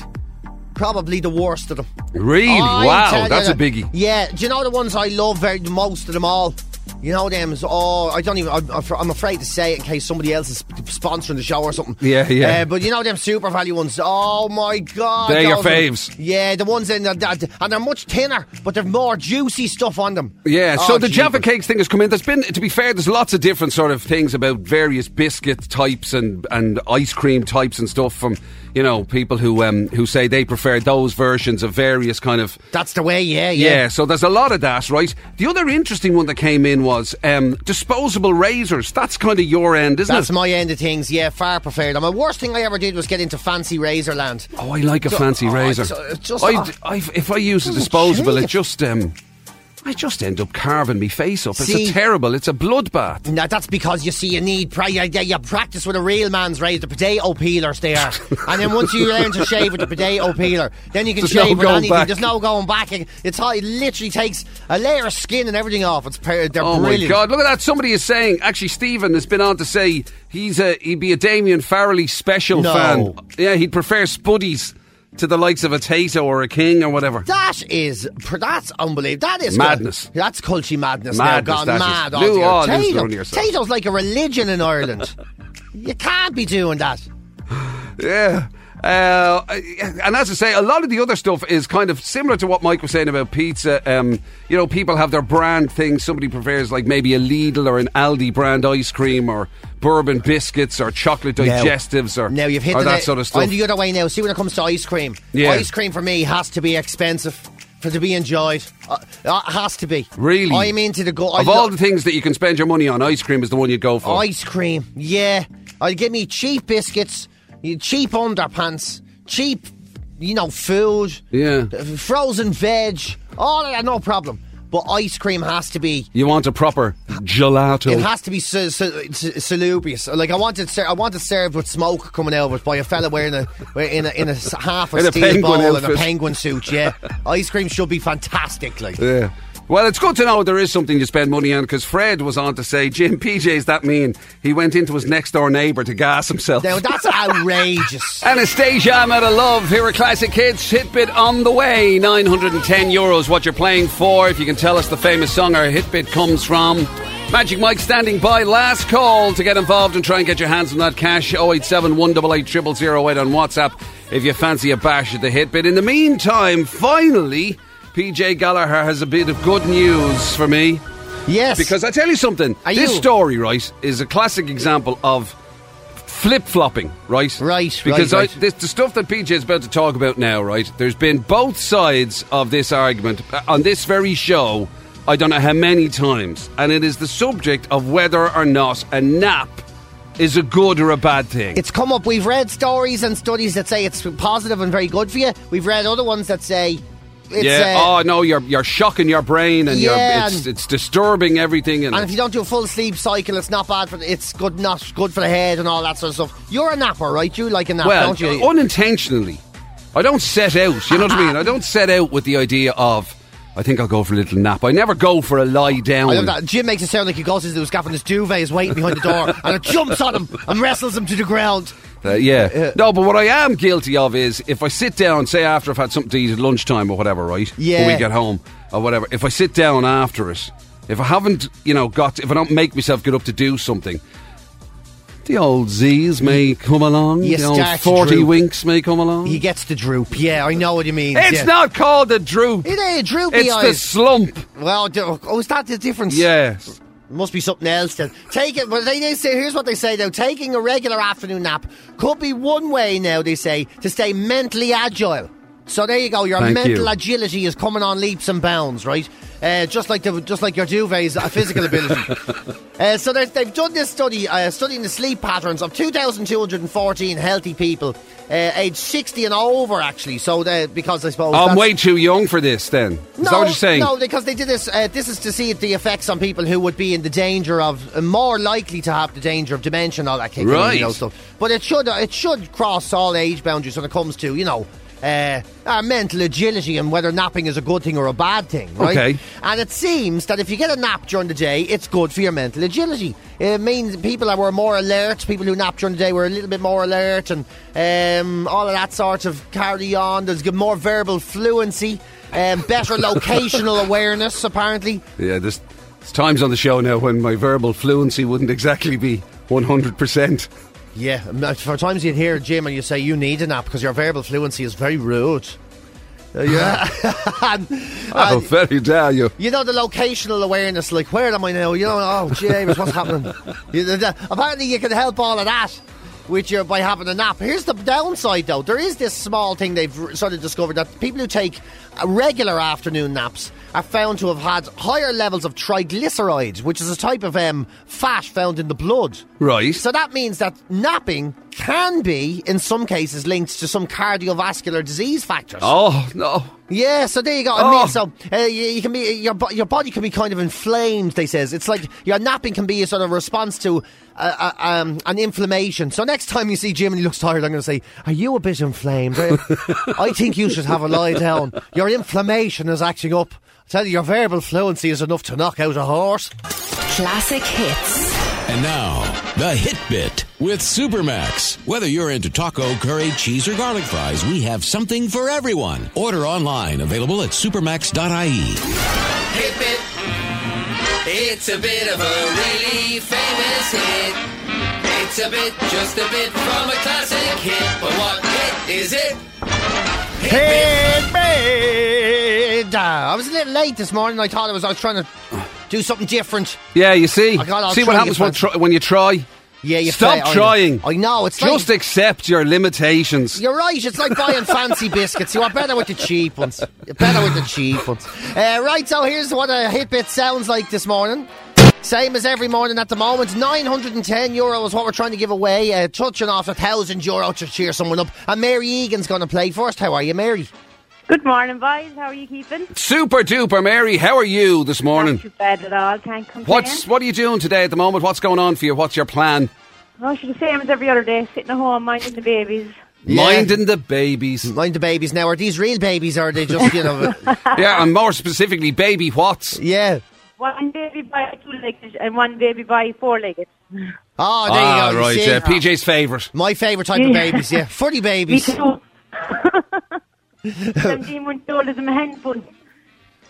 probably the worst of them.
really?
I tell
wow,
you
that's a
that-
biggie.
Yeah, do you know the ones I love very the most of them all? You know them is oh I don't even I'm, I'm afraid to say it in case somebody else is sponsoring the show or something.
Yeah, yeah.
Uh, but you know them super value ones. Oh my god,
They're your
those are-
faves.
yeah, the ones in the, that and they're much thinner, but they're more juicy stuff on them.
Yeah, so
Oh,
the
jeepers.
Jaffa Cakes thing has come in. There's been, to be fair, there's lots of different sort of things about various biscuit types and, and ice cream types and stuff from, you know, people who um, who say they prefer those versions of various kind of.
That's the way. Yeah,
Yeah.
yeah.
so there's a lot of that, right? The other interesting one that came in was um, disposable razors. That's kind of your end, isn't
That's
it?
my end of things. Yeah, far preferred. And my worst thing I ever did was get into fancy razor land.
oh, I like a fancy
oh,
razor.
it's, uh, just-
I, I, if I use a
doesn't
disposable, it
shave.
just um, I just end up carving me face up. It's
See?
a terrible. It's a bloodbath.
Now that's because you see you need pra- you, you- you practice with a real man's razor, the potato peelers there, and then once you learn to shave with the potato peeler, then you can
There's no
shave with
going
anything.
back.
There's no going back. It- It's how it literally takes a layer of skin and everything off. It's per- they're
Oh
brilliant.
my God! Look at that. Somebody is saying. Actually, Stephen has been on to say he's a he'd be a Damien Farrelly special
No.
fan. Yeah, he'd prefer Spuddies to the likes of a Tato or a King or whatever.
That is pr- that's unbelievable. That is
Madness.
that's culture madness.
Madness,
now gone
that is.
mad.
Lou All is
Tatum,
throwing yourself.
Tato's like a religion in Ireland. you can't be doing that.
Yeah. Uh, and as I say, a lot of the other stuff is kind of similar to what Mike was saying about pizza. Um, you know, people have their brand things. Somebody prefers like maybe a Lidl or an Aldi brand ice cream or bourbon biscuits or chocolate digestives or,
now you've hit
or
the
Oh, that
na-
sort of stuff.
I'm the other way now. See when it comes to ice cream,
Yeah.
ice cream for me has to be expensive for to be enjoyed. Uh, uh, has to be
Really?
I'm into the go. I
of all
lo-
the things Oh. that you can spend your money on, ice cream is the one you go for.
ice cream, yeah. I'd give me cheap biscuits, you- cheap underpants, cheap, you know, food,
Yeah.
uh, frozen veg, all of that, no problem. But ice cream has to be.
You want a proper gelato.
It has to be su- su- su- salubrious. Like I wanted, ser- I wanted served with smoke coming out of it by a fella wearing a wearing- in a in a s- half a
In a
steel
penguin
ball and a
outfit.
penguin suit. Yeah, ice cream should be fantastic. Like
yeah. Well, it's good to know there is something you spend money on because Fred was on to say, Jim, PJ's that mean. He went into his next door neighbour to gas himself.
now that's outrageous.
Anastasia, I'm out of love. Here are Classic Hits. Hitbit on the way. 910 euros, what you're playing for. If you can tell us the famous song our Hitbit comes from. Magic Mike standing by. Last call to get involved and try and get your hands on that cash. 087 188 0008 on WhatsApp if you fancy a bash at the Hitbit. In the meantime, finally, PJ Gallagher has a bit of good news for me.
Yes,
Because I tell you something,
Are
this
you-
story, right, is a classic example of flip flopping, right?
Right,
Because
right,
I,
right.
this, the stuff that PJ is about to talk about now, right? There's been both sides of this argument uh, on this very show. I don't know how many times, and it is the subject of whether or not a nap is a good or a bad thing.
it's come up. We've read stories and studies that say it's positive and very good for you. We've read other ones that say it's
yeah.
uh,
oh no, you're you're shocking your brain, and
Yeah,
you're, it's
and-
it's disturbing everything. And,
And if you don't do a full sleep cycle, it's not bad for it's good, not good for the head and all that sort of stuff. You're a napper, right? You like a nap,
well, uh,
don't you?
unintentionally. I don't set out, you know what I mean? I don't set out with the idea of, I think I'll go for a little nap. I never go for a lie down.
I love that. Jim makes it sound like he goes into the scaff and his duvet is waiting behind the door and it jumps on him and wrestles him to the ground.
Uh, yeah. No, but what I am guilty of is if I sit down, say after I've had something to eat at lunchtime or whatever, right?
Yeah.
When we get home or whatever, if I sit down after it, if I haven't, you know, got, if I don't make myself get up to do something, the old Z's may come along.
You
the old
start to
40
droop.
winks may come along.
He gets the droop. Yeah, I know what you mean.
it's
yeah.
not called a droop.
It ain't droopy
it's the
eyes.
slump.
well, d- oh, is that the difference?
Yes.
Must be something else then. Take it, but they, they say, here's what they say though taking a regular afternoon nap could be one way now, they say, to stay mentally agile. So there you go. Your
Thank
mental
you.
agility is coming on leaps and bounds, right? Uh, just like the, just like your duvet's uh, physical ability. uh, so there's- they've done this study uh, studying the sleep patterns of 2,214 healthy people, uh, aged 60 and over, actually. So they, because I suppose
I'm
that's-
way too young for this. Then is
no,
that what you're saying?
No, because they did this. Uh, this is to see if the effects on people who would be in the danger of uh, more likely to have the danger of dementia and all that kind
Right.
of you know, stuff. But it should uh, it should cross all age boundaries when it comes to you know. Uh, our mental agility and whether napping is a good thing or a bad thing, right?
Okay.
And it seems that if you get a nap during the day, it's good for your mental agility. It means people that were more alert, people who napped during the day were a little bit more alert, and um, all of that sort of carry on. There's good- more verbal fluency, um, better locational awareness, apparently.
Yeah, there's, there's times on the show now when my verbal fluency wouldn't exactly be 100. percent
Yeah, m- uh, for times you'd hear Jim and you say you need a nap because your verbal fluency is very rude. Uh, yeah. And-
Oh,
and-
very dare you.
You know the locational awareness, like where am I now? You know, oh James, what's happening? You- the- the- apparently, you can help all of that with your by having a nap. Here's the downside, though. There is this small thing they've r- sort of discovered that people who take uh, regular afternoon naps are found to have had higher levels of triglycerides, which is a type of um, fat found in the blood.
Right.
So that means that napping can be, in some cases, linked to some cardiovascular disease factors.
Oh no.
Yeah, so there you go. I
Oh.
mean, so uh, you, you can be your bo- your body can be kind of inflamed. They says it's like your napping can be a sort of response to uh, uh, um, an inflammation. So next time you see Jim and he looks tired, I'm going to say, "Are you a bit inflamed? I, I think you should have a lie down. Your inflammation is acting up. I tell you, your verbal fluency is enough to knock out a horse."
Classic hits.
And now, the Hit Bit with Supermax. Whether you're into taco, curry, cheese, or garlic fries, we have something for everyone. Order online, available at supermax.ie.
Hit bit. It's a bit of a really famous hit. It's a bit, just a bit from a classic hit. But what hit is it?
Hey, man. I was a little late this morning. I thought I was I was trying to do something different.
Yeah, you see,
I got- I'll
see what
try
happens
it,
when,
but-
try, when you try.
Yeah, you
Stop
fail- I know.
trying.
I know it's like-
Just accept your limitations.
You're right. It's like buying fancy biscuits. You are better with the cheap ones. You're better with the cheap ones. Uh, right. So here's what a hit bit sounds like this morning. Same as every morning at the moment. 910 euro is what we're trying to give away. Uh, touching off a thousand euro to cheer someone up. And Mary Egan's going to play first. How are you, Mary?
Good morning, boys. How are you keeping?
Super duper, Mary. How are you this morning?
Not too bad at all. Can't complain.
What's what are you doing today at the moment? What's going on for you? What's your plan?
Oh, she's the same as every other day, sitting at home minding the babies.
Yeah.
Minding the babies.
Mind the babies now. Are these real babies or are they just, you know?
yeah, and more specifically, baby whats.
yeah.
One baby by two-legged and one baby by four-legged.
Oh, there
ah,
you go. you
right.
see?
Yeah, PJ's favourite.
My favourite type of babies, yeah. Furry
Me
babies.
too. Seventeen-month-old is a handful.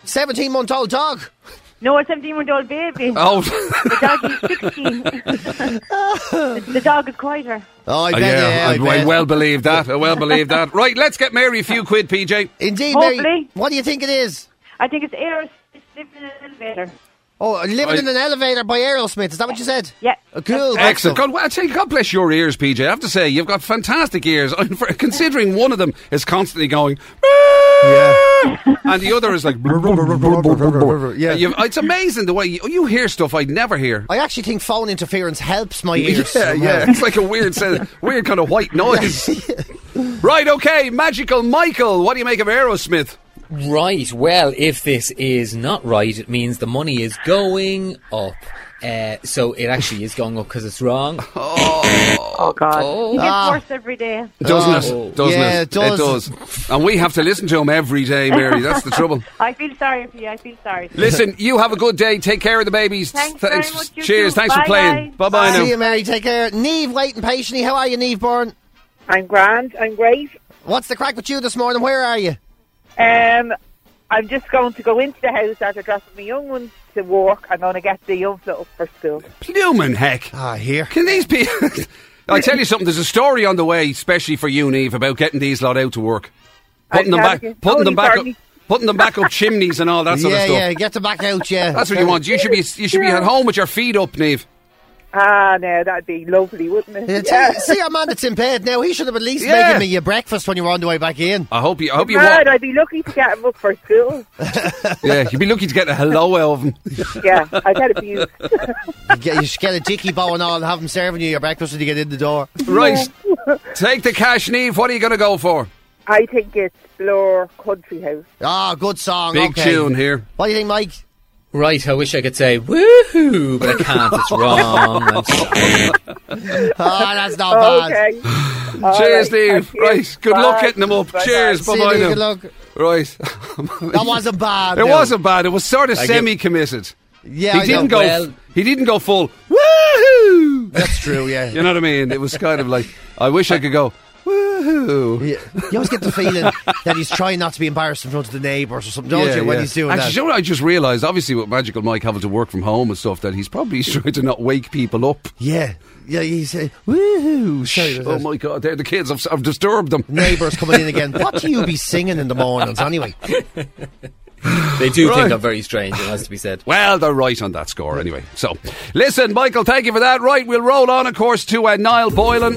17 month old dog.
No, a seventeen-month-old baby.
Oh,
The dog is sixteen. the dog is quieter.
Oh, I bet.
Uh, yeah. I,
I bet.
well believe that. I well believe that. Right, let's get Mary a few quid, PJ.
Indeed, Mary.
Hopefully.
What do you think it is?
I think it's Aerosmith living in an elevator.
Oh, living
I-
in an elevator by Aerosmith. Is that what you said?
Yeah.
Oh, cool.
Excellent.
Good
God, well, I tell you, God bless your ears, PJ. I have to say, you've got fantastic ears. For- Considering one of them is constantly going, and the other is like,
stuff. Yeah.
You've- it's amazing the way you, you hear stuff I'd never hear.
I actually think phone interference helps my ears.
yeah,
somehow.
yeah. It's like a weird, sound- weird kind of white noise. right, okay, magical Michael. What do you make of Aerosmith?
Right. Well, if this is not right, it means the money is going up. Uh, so it actually is going up because it's wrong.
Oh God. It gets
Ah.
worse every day.
Doesn't it? Doesn't
Oh. Yeah,
it?
it does.
does. And we have to listen to him every day, Mary. That's the trouble.
I feel sorry for you. I feel sorry.
Listen, you have a good day. Take care of the babies.
Thanks very much, you
Cheers.
too.
Thanks for
Bye,
playing.
guys.
bye
See
now.
you, Mary. Take care. Neve, waiting patiently. How are you, Neve Byrne?
I'm grand. I'm great.
What's the crack with you this morning? Where are you?
Um, I'm just going to go into the house after dropping my young one to walk. I'm going to get the young up for school.
Blooming heck.
Ah, here.
Can these people. I tell you something, there's a story on the way, especially for you, Neve, about getting these lot out to work. Putting them
tell
back,
you.
Oh,
putting them
Only
back up,
for me.
putting them back up chimneys and all that sort
yeah,
of stuff.
yeah. Get the back out, yeah.
That's what you want. You should be, you should be at home with your feet up, Neve.
Ah, no, that'd be lovely, wouldn't it?
Yeah,
Yeah.
See, see our man that's in bed now. He should have at least
Yeah.
making me your breakfast when you were on the way back in.
I hope you. I hope you.
Mad,
Wa-
Ah, I'd be lucky to get him up for school.
yeah, you'd be lucky to get a hello, Elvin.
Yeah, I'd get abused.
You, get, you should get a dicky bow and all and have him serving you your breakfast when you get in the door.
Right, take the cash, Neve. What are you going to go for?
I think it's Blore Country House.
Ah, good song.
Big
okay.
tune here.
What do you think, Mike?
Right, I wish I could say woohoo, but I can't. It's wrong. I'm sorry.
Ah, that's not bad.
Okay. All
Cheers,
right,
Neve.
thank you.
Right, good luck
Bye.
getting them up.
Bye-bye.
Cheers, bye
See you,
bye.
good
now.
luck.
Right,
That wasn't bad.
It
no.
wasn't bad. It was sort of
Thank you.
semi-committed.
Yeah,
He
I
didn't
know.
go.
Well-
he didn't go full. Woohoo!
That's true. Yeah.
You know what I mean? It was kind of like I wish I could go. Woohoo!
Yeah. You always get the feeling that he's trying not to be embarrassed in front of the neighbours or something, don't you, when he's doing
Actually,
that?
you know what I just realised? Obviously, with Magical Mike having to work from home and stuff, that he's probably trying to not wake people up.
Yeah. Yeah, uh, he said, woohoo. Sorry,
Oh my God, they're the kids. I've, I've disturbed them.
Neighbours coming in again. What do you be singing in the mornings anyway?
They do
Right.
think I'm very strange. It has to be said.
Well, they're right on that score anyway. So, listen, Michael, thank you for that. Right, we'll roll on, of course, to uh, Niall Boylan.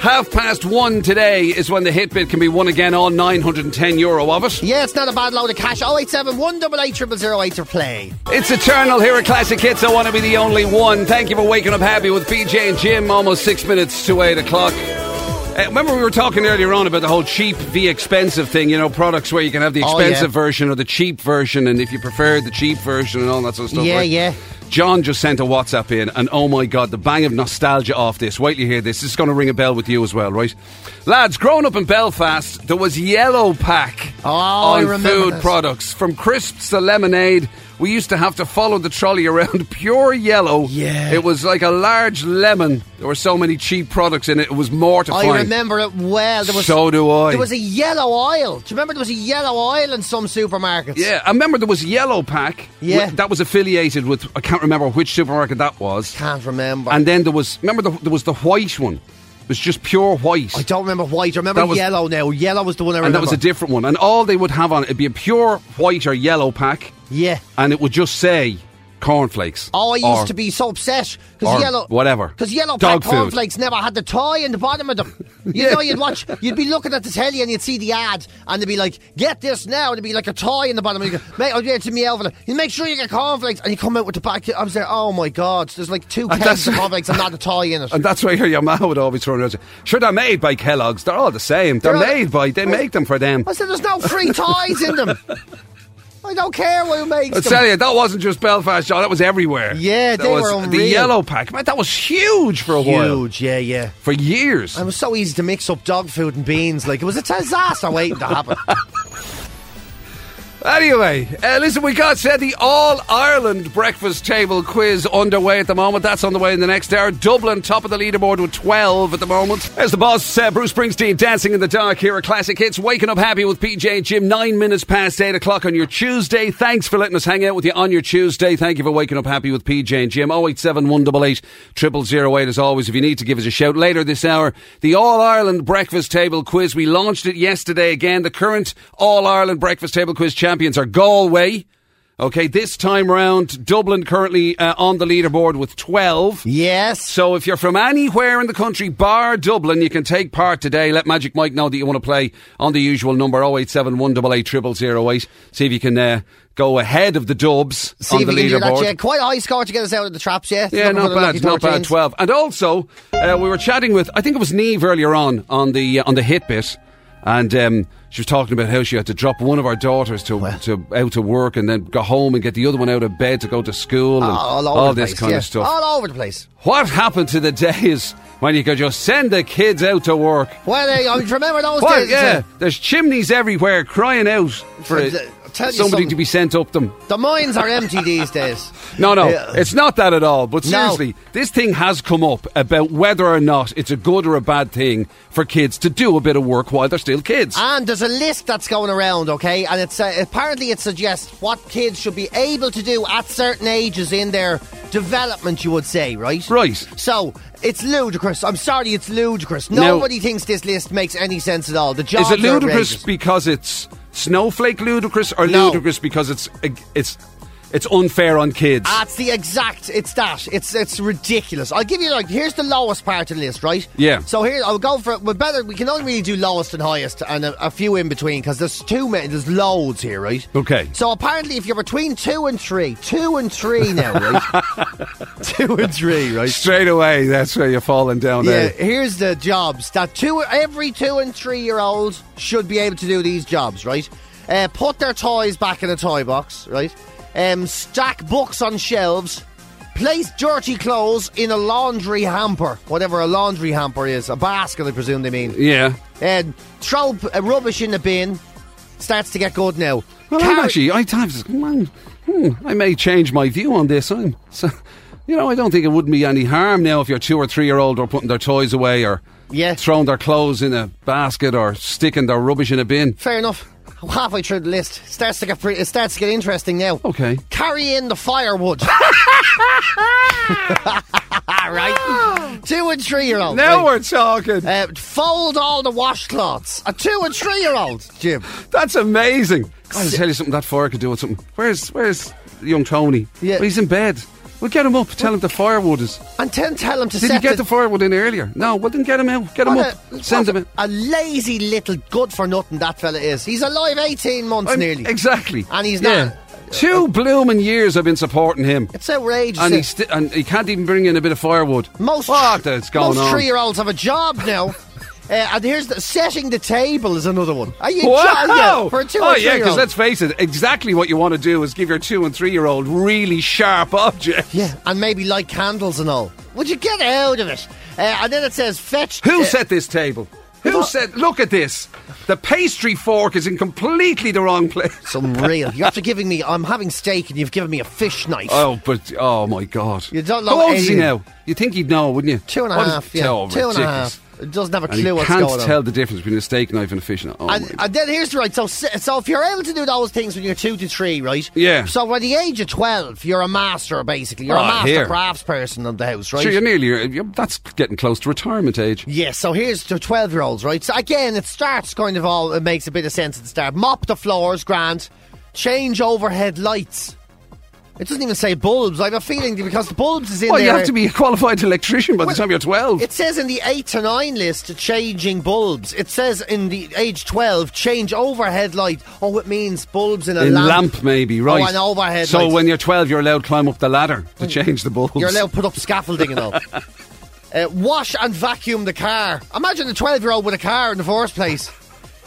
Half past one today is when the hit bit can be won again on 910 euro of it.
Yeah, it's not a bad load of cash. Oh, 087 188 008 to play.
It's Eternal here at Classic Hits. I want to be the only one. Thank you for waking up happy with BJ and Jim. Almost six minutes to eight o'clock. Uh, remember, we were talking earlier on about the whole cheap v expensive thing. You know, products where you can have the
Oh,
expensive
yeah.
version or the cheap version, and if you prefer the cheap version and all that sort of stuff.
Yeah,
right?
yeah.
John just sent a WhatsApp in, and oh my God, the bang of nostalgia off this. Wait till you hear this. This is going to ring a bell with you as well, right? Lads, growing up in Belfast, there was Yellow Pack
Oh, I
on
remember
food
this.
products. From crisps to lemonade, we used to have to follow the trolley around pure yellow.
Yeah.
It was like a large lemon. There were so many cheap products in it, it was mortifying.
I remember it well. There was,
so do I.
There was a yellow oil. Do you remember there was a yellow oil in some supermarkets?
yeah, I remember there was Yellow Pack.
Yeah.
wh- That was affiliated with, I can't remember which supermarket that was.
Can't remember.
And then there was remember the, there was the white one. It was just pure white.
I don't remember white. I remember
That was-
yellow now. Yellow was the one I
and
remember.
that was a different one. And all they would have on it would be a pure white or yellow pack,
Yeah.
and it would just say cornflakes.
Oh, I used
or-
to be so upset
or
because yellow,
whatever.
because yellow
Dog
pack
food.
cornflakes never had the toy in the bottom of them. You
Yeah.
know, you'd watch, you'd be looking at the telly and you'd see the ad, and they'd be like, "Get this now," and it'd be like a toy in the bottom. And you go, "Mate, I'll get it to me over." You make sure you get cornflakes, and you come out with the pack. I was there. Oh my god, there's like two
And
cakes
that's-
of cornflakes and not a toy in it.
And that's why your- your mouth would always throw around. saying, Sure, they're made by Kellogg's. They're all the same. They're,
They're all-
made by. They make them for them.
I said, "There's no free toys in them." I don't care who makes
I
them.
tell you, that wasn't just Belfast, John. That was everywhere.
Yeah,
That
they
was
were
the
unreal.
yellow pack. Man, that was huge for a while,
Huge, yeah, yeah.
for years.
And it was so easy to mix up dog food and beans. Like it was a disaster waiting to happen.
Anyway, uh, listen, we got said the All Ireland breakfast table quiz underway at the moment. That's on the way in the next hour. Dublin top of the leaderboard with 12 at the moment. There's the boss, uh, Bruce Springsteen, dancing in the dark here at Classic Hits. Waking up happy with PJ and Jim, nine minutes past eight o'clock on your Tuesday. Thanks for letting us hang out with you on your Tuesday. Thank you for waking up happy with PJ and Jim. 087 188 0008 as always. If you need to give us a shout later this hour, the All Ireland breakfast table quiz. We launched it yesterday again. The current All Ireland breakfast table quiz champions are Galway. Okay, this time round, Dublin currently uh, on the leaderboard with 12.
yes.
So if you're from anywhere in the country, bar Dublin, you can take part today. Let Magic Mike know that you want to play on the usual number 087 188 0008. See if you can uh, go ahead of the Dubs
See
on
if
the
you can do that, yeah.
leaderboard.
Quite a high score to get us out of the traps, yeah.
Yeah,
Looking for
not
the
bad,
lucky
not bad.
13s.
Twelve, and also uh, we were chatting with I think it was Neve earlier on on the uh, on the hit bit, and um, she was talking about how she had to drop one of our daughters to, to out to work and then go home and get the other one out of bed to go to school and
All, over the
this
place,
kind
yeah. Oh,
of stuff.
All over the place.
What happened to the days when you could just send the kids out to work?
Well, there you go. remember those
What?
days?
yeah,
uh,
there's chimneys everywhere crying out for
I'll
it-
tell you
somebody
something.
to be sent up them.
The mines are empty these days.
No, no,
Yeah.
it's not that at all. But
No.
seriously, this thing has come up about whether or not it's a good or a bad thing for kids to do a bit of work while they're still kids.
And there's a list that's going around, okay? And it's uh, apparently it suggests what kids should be able to do at certain ages in their development, you would say, right?
Right.
So it's ludicrous. I'm sorry, it's ludicrous.
Now-
Nobody thinks this list makes any sense at all. The jobs
Is it
are
ludicrous
outrageous.
because it's snowflake ludicrous or
No.
ludicrous because it's it's It's unfair on kids.
Ah, it's the exact. It's that. It's it's ridiculous. I'll give you like here's the lowest part of the list, right?
Yeah.
So here I'll go for. But better we can only really do lowest and highest, and a, a few in between because there's too many. There's loads here, right?
Okay.
So apparently, if you're between two and three, two and three now, right? two and three, right?
Straight away, that's where you're falling down eh?
Yeah,
there.
here's the jobs that two every two and three year old should be able to do these jobs, right? Uh, put their toys back in a toy box, right? Um, stack books on shelves, place dirty clothes in a laundry hamper, whatever a laundry hamper is, a basket, I presume they mean.
Yeah.
And throw p- uh, rubbish in the bin. Starts to get good now.
Well, I'm
Carry-
actually, I times, man, hmm, I may change my view on this. I'm, so, you know, I don't think it would be any harm now if your two or three year old are putting their toys away or
Yeah.
throwing their clothes in a basket or sticking their rubbish in a bin.
Fair enough. I'm halfway through the list. Starts to get pretty, it starts to get interesting now.
Okay.
Carry in the firewood. right. Two and three year old.
Now we're talking.
Uh, fold all the washcloths. A two and three year old, Jim.
That's amazing. God, I'll tell you something that fire could do with something. Where's where's young Tony?
Yeah.
He's in bed. We'll get him up, tell him the firewood is.
And then tell him to
Did
set
you get the
the
firewood in earlier? No, well then get him out. Get him
What
up. Send him
what
in.
a, lazy little good for nothing that fella is. He's alive 18 months
I'm-
nearly.
Exactly.
And he's
Yeah.
not.
Two blooming years I've been supporting him.
It's outrageous.
And
eh?
he, sti- and he can't even bring in a bit of firewood.
Most
what that's going
most
on?
three-year-olds have a job now. Uh, and here's the setting the table is another one. Are you
Wow!
yeah, for a two
oh
or
yeah, because
three-year-old?
let's face it, exactly what you want to do is give your two and three year old really sharp objects.
yeah, and maybe light candles and all. Would you get out of it? Uh, and then it says fetch.
Who
uh,
set this table? Who
what?
said? Look at this. The pastry fork is in completely the wrong place.
Some real. You're after giving me. I'm having steak, and you've given me a fish knife.
Oh, but oh my god!
You don't
How
know
old is he
any-
now? You think he'd know, wouldn't you?
Two and a
What is-
half, yeah,
Oh,
two and a
ridiculous.
half. It doesn't have a
And
clue
you
what's
can't
going on.
tell the difference between a steak knife and a fish knife. Oh,
And,
my
and then here's the right. So, s- so if you're able to do those things when you're two to three, right?
Yeah.
So by the age of twelve, you're a master basically. You're
Oh,
a master
here.
crafts person in the house, right?
Sure, you're nearly. You're, you're- that's getting close to retirement age.
Yeah, so here's the 12 year olds, right? So again, it starts kind of all, it makes a bit of sense at the start. Mop the floors, grand. Change overhead lights. It doesn't even say bulbs. I have a feeling that because the bulbs is in
Well,
there.
you have to be a qualified electrician by the time you're 12.
It says in the 8 to 9 list, changing bulbs. It says in the age 12, change overhead light. Oh, it means bulbs in a
In lamp.
lamp.
maybe, right?
Oh, an overhead
So
light.
when you're 12, you're allowed to climb up the ladder to change the bulbs.
Mm. You're allowed to put up scaffolding and all. Uh, wash and vacuum the car. Imagine a 12 year old with a car in the first place.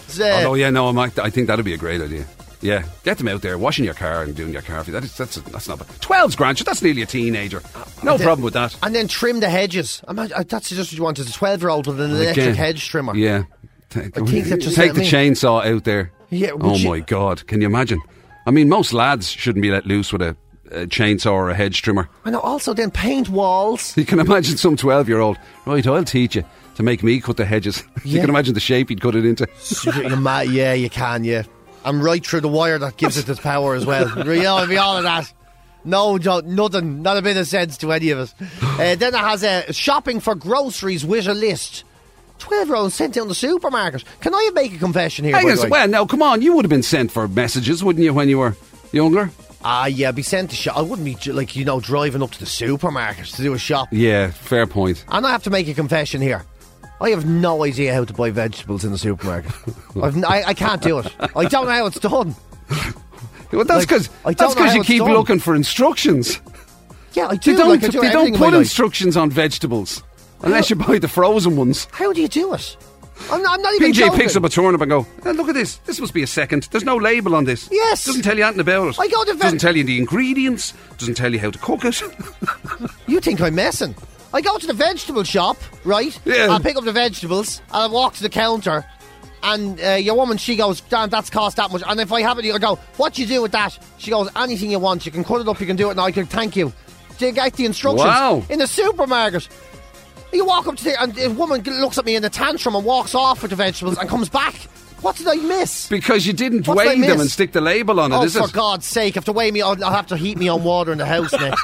It's, uh,
Oh, yeah, no, I'm, act- I think that'd be a great idea. Yeah, get them out there, washing your car and doing your car. That is, that's, that's not bad. 12's grand, so that's nearly a teenager. No problem with that.
And then trim the hedges. I'm not, I, that's just what you want as a 12 year old with an electric
Again,
hedge trimmer.
Yeah. Take,
think that just
take
let
the
me-
chainsaw out there.
Yeah, would
oh,
you-
my God. Can you imagine? I mean, most lads shouldn't be let loose with a, a chainsaw or a hedge trimmer.
And also then paint walls.
You can imagine some 12 year old, right, I'll teach you to make me cut the hedges. you
Yeah.
can imagine the shape he'd cut it into.
You ma- yeah, you can, yeah. I'm right through the wire that gives it its power as well. You know, it'd be all of that. No, don't, nothing. Not a bit of sense to any of us. Uh, then it has uh, shopping for groceries with a list. 12 year old sent down the supermarket. Can I make a confession here? by
Hang
the
on,
way?
well, now, come on, you would have been sent for messages, wouldn't you, when you were younger?
Ah, yeah, be sent to shop. I wouldn't be, ju- like, you know, driving up to the supermarket to do a shop.
Yeah, fair point.
And I have to make a confession here. I have no idea how to buy vegetables in the supermarket. I've n- I, I can't do it. I don't know how it's done.
Well, that's
Like,
because
I don't
that's
know
because
how
you
it's
keep
done.
looking for instructions.
Yeah, I do.
They don't,
like, I do
they
everything
don't
in my
put
life.
instructions on vegetables unless you buy the frozen ones.
How do you do it? I'm not, I'm not even.
PJ
joking.
picks up a turnip and go, "Eh, look at this. This must be a second. There's no label on this.
Yes.
Doesn't tell you anything about it.
I go to vet-
Doesn't tell you the ingredients. Doesn't tell you how to cook it.
You think I'm messing? I go to the vegetable shop, right?
Yeah.
I pick up the vegetables and I walk to the counter, and uh, your woman she goes, "Damn, that's cost that much." And if I have it, I go, "What do you do with that?" She goes, "Anything you want. You can cut it up. You can do it." And I go, "Thank you." Do you get the instructions
Wow.
in the supermarket? You walk up to the and the woman looks at me in a tantrum and walks off with the vegetables and comes back. What did I miss?
because you didn't
What did I
weigh them
miss?
and stick the label on it,
Oh,
is
for
it?
God's sake! Have to weigh me. on- I'll have to heat me on water in the house next.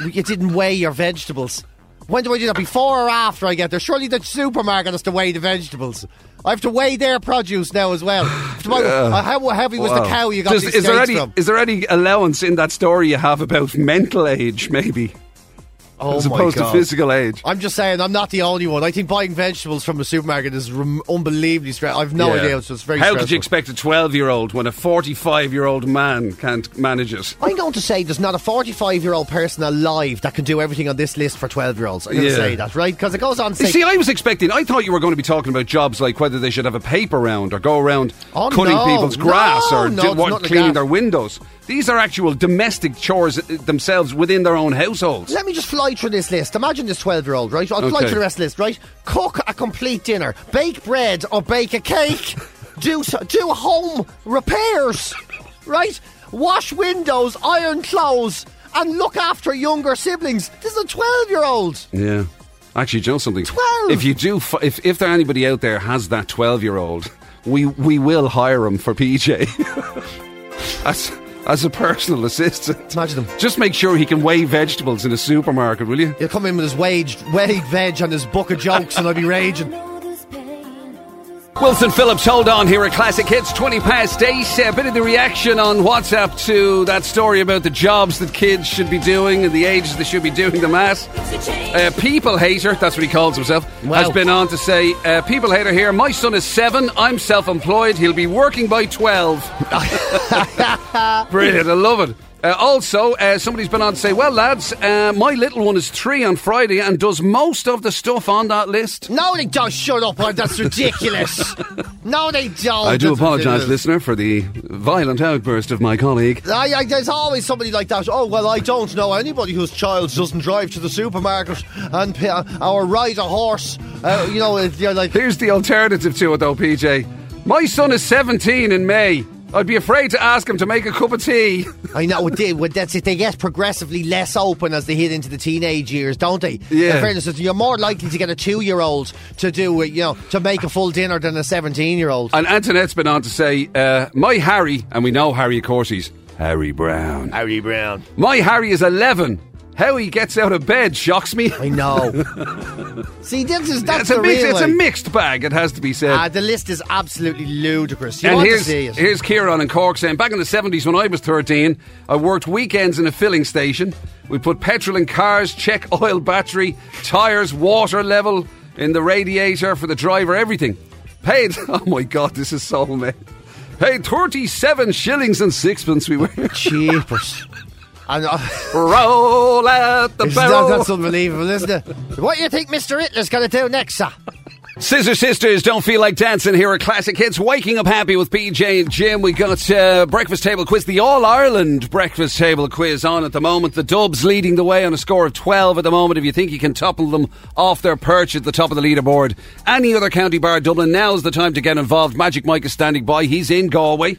you didn't weigh your vegetables. When do I do that? Before or after I get there? Surely the supermarket has to weigh the vegetables. I have to weigh their produce now as well. Have to buy- uh, how heavy was
Wow.
the cow you got
Does-
these
is there
steaks
any
from?
is there any allowance in that story you have about mental age, maybe,
Oh
as
my
opposed to
God.
physical age?
I'm just saying, I'm not the only one. I think buying vegetables from a supermarket is rem- unbelievably stressful. I've no
Yeah.
idea, so it's very
How
stressful.
could you expect a 12 year old when a 45 year old man can't manage it?
I'm going to say there's not a 45 year old person alive that can do everything on this list for 12 year olds. I'm going
Yeah.
to say that, right? Because it goes on
You
saying.
see, I was expecting, I thought you were going to be talking about jobs like whether they should have a paper round or go around
Oh,
cutting
no.
people's grass
No,
or
no,
do-
it's
what-
not like
cleaning
that.
their windows. These are actual domestic chores uh, themselves within their own households.
Let me just fly through this list. Imagine this 12 year old, right? I'll fly
Okay.
through the rest of the list, right? Cook a complete dinner, bake bread or bake a cake, do, so- do home repairs, right? Wash windows, iron clothes, and look after younger siblings. This is a 12 year old.
Yeah. Actually, do you know something?
12.
If you do, f- if, if there anybody out there has that 12 year old, we, we will hire him for PJ as, as a personal assistant.
Imagine him.
Just make sure he can weigh vegetables in a supermarket, will you?
He'll come in with his wage, weighed veg and his book of jokes, and I'll be raging.
Wilson Phillips, hold on here at Classic Hits, 20 past 8. A bit of the reaction on WhatsApp to that story about the jobs that kids should be doing and the ages they should be doing them at. Uh, people hater, that's what he calls himself, has been on to say, uh, People hater here, my son is seven, I'm self employed, he'll be working by 12. Brilliant, I love it. Uh, also, uh, somebody's been on to say, Well, lads, uh, my little one is three on Friday and does most of the stuff on that list.
No, they don't. Shut up. Oh, That's ridiculous. no, they don't.
I do
That's
apologise,
ridiculous.
listener, for the violent outburst of my colleague.
I, I, there's always somebody like that. Oh well, I don't know anybody whose child doesn't drive to the supermarket and pay, or ride a horse. Uh, you know, if you're like
Here's the alternative to it, though, PJ. My son is 17 in May. I'd be afraid to ask him to make a cup of tea.
I know. They, well, that's it. They get progressively less open as they hit into the teenage years, don't they?
Yeah.
In fairness, you're more likely to get a two-year-old to do, uh, you know, to make a full dinner than a seventeen-year-old.
And Antoinette's been on to say, uh, My Harry, and we know Harry, of course, he's Harry Brown.
Harry Brown.
My Harry is 11. How he gets out of bed shocks me.
I know. See, this is that's
it's, a
the
mix,
real.
it's a
way.
mixed bag, it has to be said.
Ah, the list is absolutely ludicrous. You
and
want
here's,
to see it.
here's Kieran in Cork saying, back in the 70s when I was 13, I worked weekends in a filling station. We put petrol in cars, check oil, battery, tyres, water level in the radiator for the driver, everything. Paid, oh my God, this is so mad. Paid 37 shillings and sixpence we were.
Cheapers. And, uh,
Roll out the
It's
barrel.
not- that's unbelievable, isn't it? what do you think Mr. Hitler's going to do next, sir?
Scissor Sisters don't feel like dancing here at Classic Hits. Waking up happy with PJ and Jim. We got uh, breakfast table quiz, the All Ireland breakfast table quiz on at the moment. The Dubs leading the way on a score of twelve at the moment. If you think you can topple them off their perch at the top of the leaderboard, any other county bar Dublin, now's the time to get involved. Magic Mike is standing by. He's in Galway.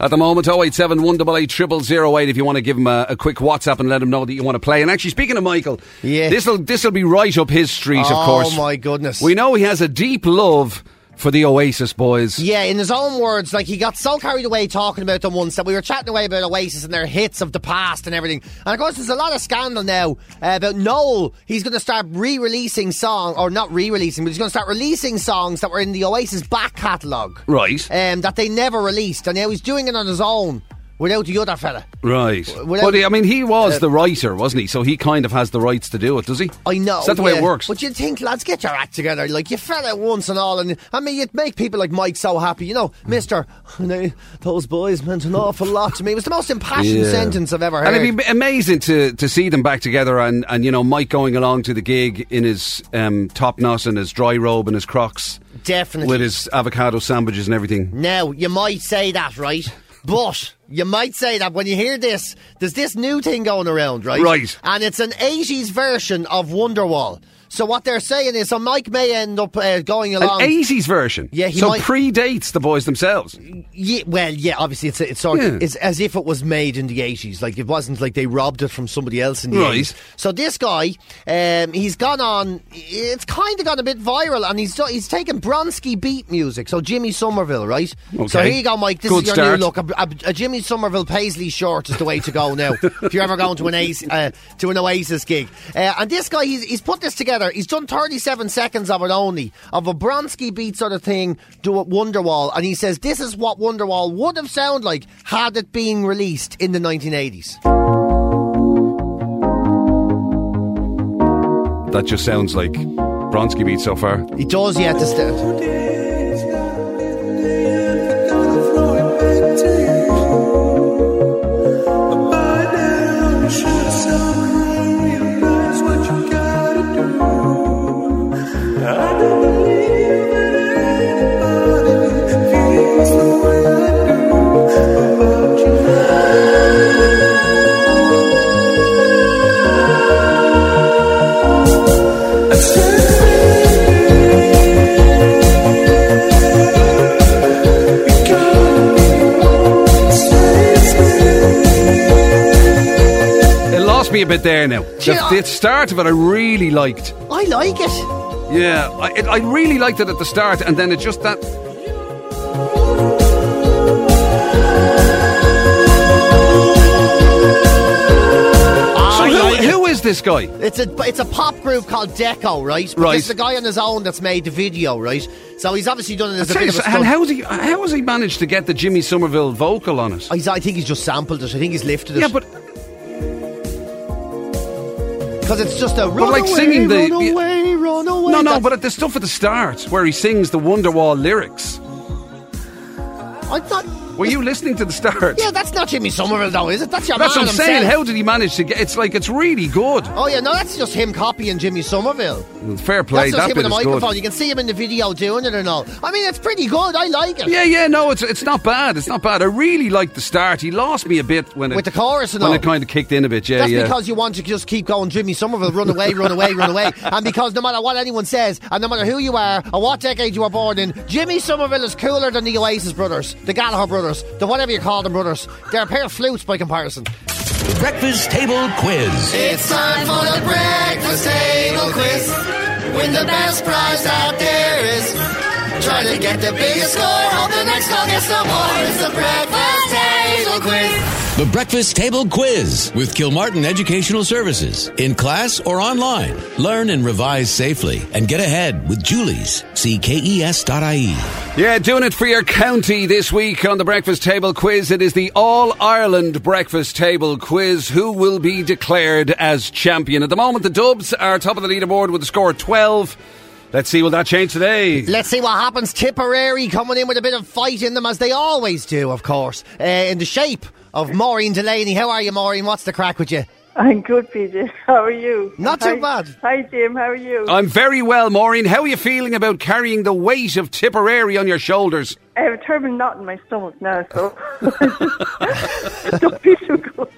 At the moment, 087 188 0008 if you want to give him a, a quick WhatsApp and let him know that you want to play. And actually, speaking of Michael,
Yeah.
this'll, this'll be right up his street, of
Oh,
course.
my goodness.
We know he has a deep love for the Oasis boys.
Yeah, in his own words, like he got so carried away talking about them once that we were chatting away about Oasis and their hits of the past and everything. And of course, there's a lot of scandal now uh, about Noel. He's going to start re-releasing song, or not re-releasing, but he's going to start releasing songs that were in the Oasis back catalogue,
Right.
um, that they never released, and now he's doing it on his own without the other fella.
right.
well, uh,
but I mean, he was the writer, wasn't he? So he kind of has the rights to do it, does he?
I know.
Is that the way
yeah.
it works?
But you'd think, lads, get your act together. Like, you fell out once and all. And I mean, you'd make people like Mike so happy. You know,
Mm.
mister, you know, those boys meant an awful lot to me. It was the most impassioned
Yeah.
sentence I've ever heard.
And it'd be amazing to, to see them back together and, and, you know, Mike going along to the gig in his um, top knot and his dry robe and his crocs.
Definitely.
With his avocado sandwiches and everything.
Now, you might say that, right? But you might say that when you hear this, there's this new thing going around, right?
Right.
And it's an 80s version of Wonderwall. So what they're saying is, so Mike may end up uh, going along.
An 80s version.
Yeah, he
so
might-
predates the boys themselves.
Yeah, well, yeah. Obviously, it's it's sort of-
Yeah.
it's as if it was made in the eighties. Like it wasn't like they robbed it from somebody else in the
Right.
eighties. So this guy, um, he's gone on. It's kind of gone a bit viral, and he's do- he's taken Bronski beat music. So Jimmy Somerville, right? So
Okay.
here you go, Mike. This
Good
is your
start.
new look. A, a- a Jimmy Somerville paisley short is the way to go now. if you're ever going to an Ace, uh, to an Oasis gig, uh, and this guy, he's, he's put this together. He's done 37 seconds of it only of a Bronski beat sort of thing. Do it Wonderwall, and he says this is what Wonderwall would have sounded like had it been released in the 1980s.
That just sounds like Bronski beat so far.
He does, yeah, to stand.
It lost me a bit there now. The,
Yeah.
the start of it I really liked.
I like it.
Yeah, I, it, I really liked it at the start, and then it just that. So
I
who-
like it.
who is this guy?
It's a it's a pop group called Deco, right? But
Right.
It's the guy on his own that's made the video, right? So he's obviously done it as a bit of a
Seriously,
stunt.
and how, he, how has he managed to get the Jimmy Somerville vocal on it?
He's, I think he's just sampled it. I think he's lifted it.
yeah, but
because it's just a run
like
away,
singing the-
run
yeah.
away, run away.
no, no,
That's-
but at the stuff at the start where he sings the Wonderwall lyrics.
I thought.
Were you listening to the start?
Yeah, that's not Jimmy Somerville, though, is it? That's your
That's
man
what I'm saying.
himself.
How did he manage to get? It's like it's really good.
Oh yeah, no, that's just him copying Jimmy Somerville.
Fair play.
That's just
That
him
bit
with a
is
microphone. You
good.
can see him in the video doing it and all. I mean, it's pretty good. I like it.
Yeah, yeah, no, it's it's not bad. It's not bad. I really liked the start. He lost me a bit when it,
With the chorus and
when
all.
it kind of kicked in a bit. Yeah,
That's
yeah.
because you want to just keep going, Jimmy Somerville, run away, run away, run away. And because no matter what anyone says, and no matter who you are or what decade you were born in, Jimmy Somerville is cooler than the Oasis brothers, the Gallagher brothers, the whatever you call them brothers. They're a pair of flutes by comparison.
Breakfast Table Quiz.
It's time for the breakfast table quiz. Win the best prize out there is. Try to get the biggest score. Hope the next call gets the award. It's the breakfast table quiz.
The Breakfast Table Quiz with Kilmartin Educational Services. In class or online, learn and revise safely and get ahead with Julie's. E See KES.ie.
Yeah, doing it for your county this week on the breakfast table quiz. It is the All Ireland breakfast table quiz. Who will be declared as champion? At the moment, the Dubs are top of the leaderboard with a score of twelve. Let's see, will that change today?
Let's see what happens. Tipperary coming in with a bit of fight in them, as they always do, of course, uh, in the shape of Maureen Delaney. How are you, Maureen? What's the crack with you?
I'm good, PJ. How are you?
Not too
Hi-
bad. Oh.
Hi, Jim. How are you?
I'm very well, Maureen. How are you feeling about carrying the weight of Tipperary on your shoulders?
I have a terrible knot in my stomach now, so don't be too good.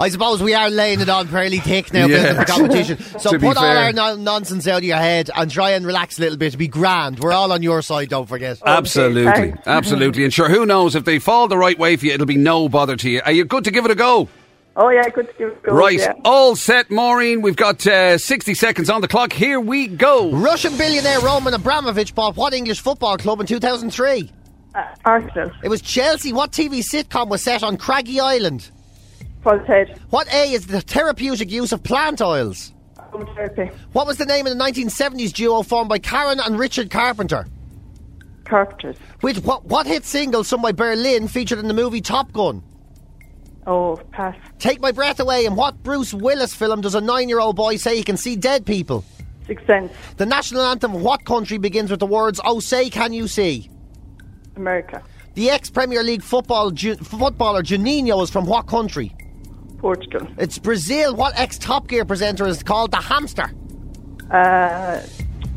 I suppose we are laying it on fairly thick now building
Yes.
the competition. So
To be
put all
fair.
our non- nonsense out of your head and try and relax a little bit. Be grand. We're all on your side, don't forget.
Absolutely,
thanks.
absolutely. And sure, who knows if they fall the right way for you, it'll be no bother to you. Are you good to give it a go?
Oh yeah, good to give it a go.
Right,
Yeah.
Oh.
all set, Maureen. We've got uh, 60 seconds on the clock. Here we go.
Russian billionaire Roman Abramovich bought what English football club in 2003?
Uh, Arsenal,
It was Chelsea. What TV sitcom was set on Craggy Island?
Paul's head,
What A is the therapeutic use of plant oils?
home therapy,
What was the name of the 1970s duo formed by Karen and Richard Carpenter?
carpenters.
With what, what hit single sung by Berlin featured in the movie Top Gun?
Oh, pass.
Take My Breath Away in what Bruce Willis film does a nine year old boy say he can see dead people?
Sixth Sense,
The national anthem of what country begins with the words, Oh, say, can you see?
America,
The ex Premier League football Ju- footballer Juninho is from what country?
Portugal,
It's Brazil. What ex Top Gear presenter is called the hamster?
uh,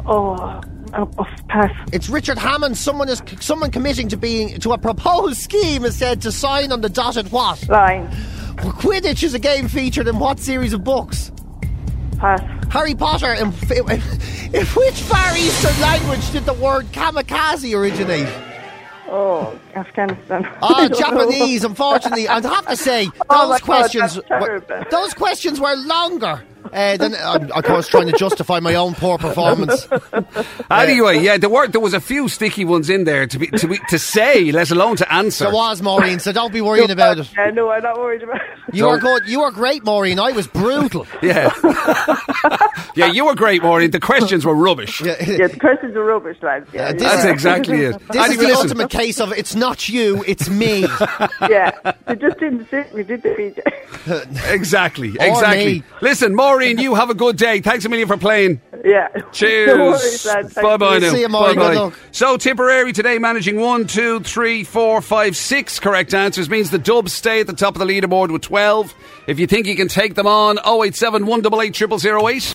oh, oh, oh, pass.
It's Richard Hammond. Someone is someone committing to being to a proposed scheme is said to sign on the dotted what?
Line,
Quidditch is a game featured in what series of books?
pass.
Harry Potter. In, in, in which Far Eastern language did the word kamikaze originate?
Oh, Afghanistan.
Ah, Japanese, unfortunately. I'd have to say, those
Oh my God,
questions
that's
were,
terrible.
those questions were longer uh, than, I'm, of course, trying to justify my own poor performance.
Anyway, yeah, there were there was a few sticky ones in there to be to, be, to say, let alone to answer.
There was, Maureen, so don't be worrying about it.
Yeah, no, I'm not worried about it.
You were good. You were great, Maureen. I was brutal.
Yeah, yeah, you were great, Maureen. The questions were rubbish.
Yeah, the curses are rubbish, lads. Yeah,
this-
you're
That's
right.
exactly it.
This
Anyway,
is the
listen,
ultimate case of it's not you, it's me.
yeah. They just didn't sit me, did they, PJ?
Exactly,
Or
exactly.
me.
Listen, Maureen, you have a good day. Thanks a million for playing.
Yeah.
Cheers.
No worries, lads. Thank
Bye bye
you.
now.
See you, Maureen.
Bye-bye.
Good luck.
So Tipperary today managing one, two, three, four, five, six correct answers means the Dubs stay oh at the top of the leaderboard with twelve. If you think you can take them on, 087 188 0008.